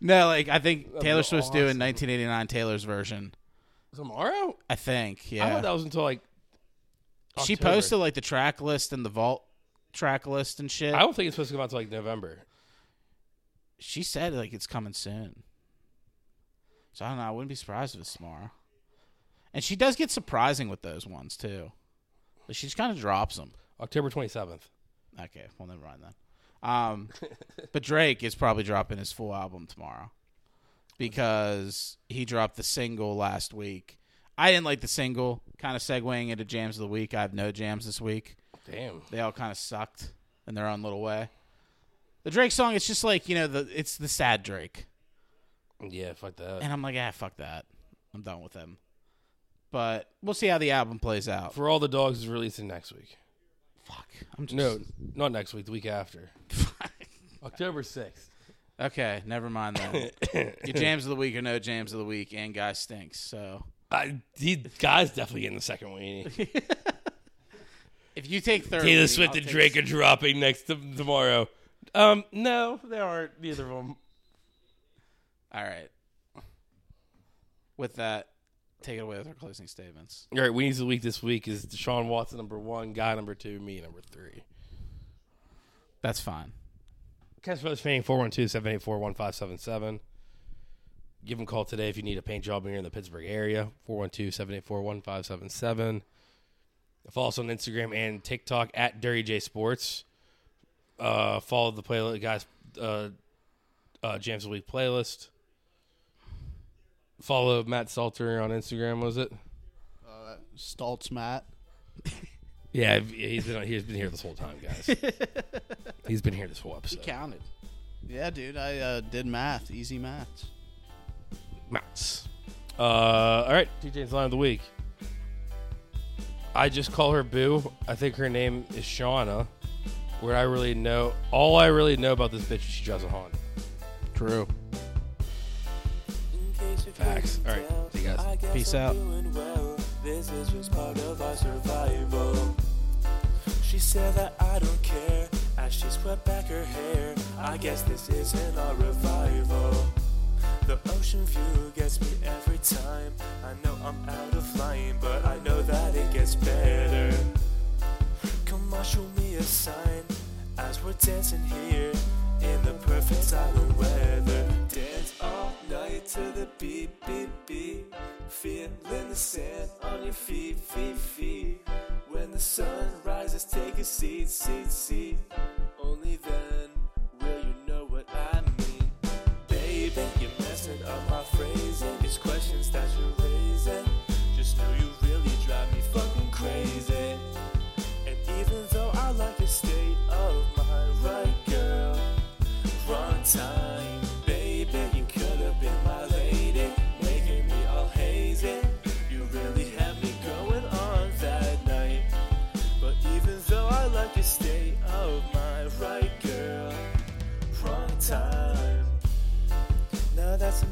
No, like I think Taylor be Swift's doing awesome. 1989 Taylor's version, tomorrow? I think. Yeah. I thought that was until like. She October. posted like the track list and the vault track list and shit. I don't think it's supposed to come out until like November. she said like it's coming soon. So I don't know. I wouldn't be surprised if it's tomorrow. And she does get surprising with those ones too. But she just kind of drops them. October 27th. Okay, well never mind then. Um, but Drake is probably dropping his full album tomorrow because he dropped the single last week. I didn't like the single. Kind of segueing into jams of the week. I have no jams this week. Damn. they all kind of sucked in their own little way. The Drake song, it's just like you know, the it's the sad Drake, Yeah, fuck that. and I'm like, ah, fuck that, I'm done with him. But we'll see how the album plays out. For all the dogs is releasing next week. Fuck, I'm just No, not next week. The week after. October 6th. okay, never mind then. Your jams of the week or no jams of the week, and guy stinks. So I, the guy's definitely getting the second weenie. if you take third, Taylor week, Swift I'll and take- Drake are dropping next to, tomorrow. Um, no, there aren't. Neither of them. All right. With that, take it away with our closing statements. All right, weenies of the week this week is Deshaun Watson number one, guy number two, me number three. That's fine. Cash Brothers Painting 412 784 1577. Give them a call today if you need a paint job and you're in the Pittsburgh area. 412 784 1577. Follow us on Instagram and TikTok at Dirty J Sports. Uh, follow the playlist, guys, uh, uh, Jams of the Week playlist. Follow Matt Salter on Instagram, was it? Stoltz Matt. Yeah, he's been, he's been here this whole time, guys. he's been here this whole episode. Counted. Yeah, dude, I uh, did math. Easy math. Mats. Uh, all right, DJ's line of the week. I just call her Boo. I think her name is Shauna. Where I really know, all I really know about this bitch is she drives a Honda. True. Facts. All right, see you guys. Peace out. This is just part of our survival. She said that I don't care as she swept back her hair. I guess this isn't our revival. The ocean view gets me every time. I know I'm out of line, but I know that it gets better. Come on, show me a sign as we're dancing here in the perfect silent weather. Dance all night to the beat, beat, beat. Feeling the sand on your feet, feet, feet. When the sun rises, take a seat, seat, seat. Only then will you know what I mean. Baby, you're messing up my phrasing. These questions that you're raising. Just know you really drive me fucking crazy. And even though I like your state of mind, right, girl? Wrong time, baby. You could have been my lady, making me all hazy. You really had me going on that night. But even though I like your state of mind, right, girl? Wrong time. Now that some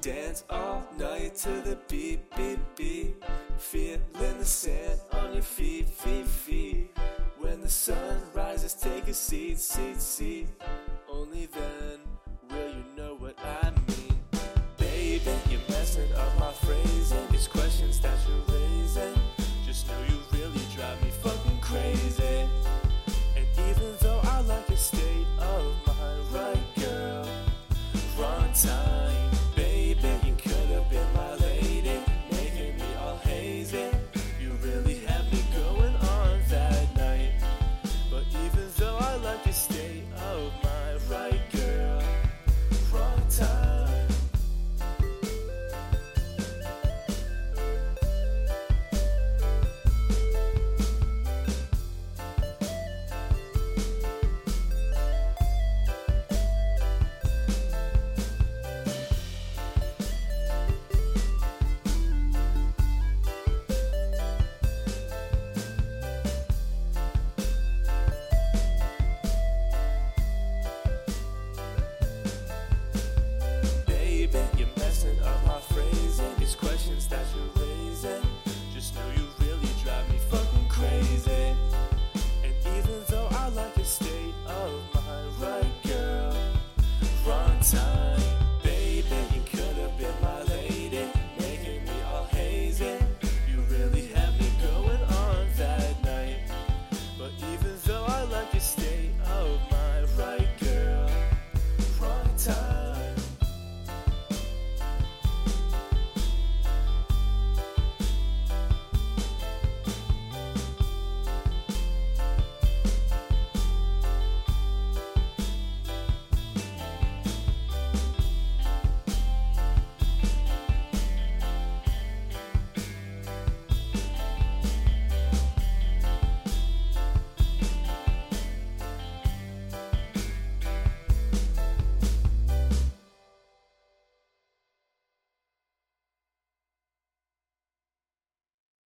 Dance all night to the beat, beat, beat. Feeling the sand on your feet, feet, feet. When the sun rises, take a seat, seat, seat. Only then will you know what I mean. Baby, you're messing up my phrasing. These questions that you're raising. Just know you really drive me fucking crazy.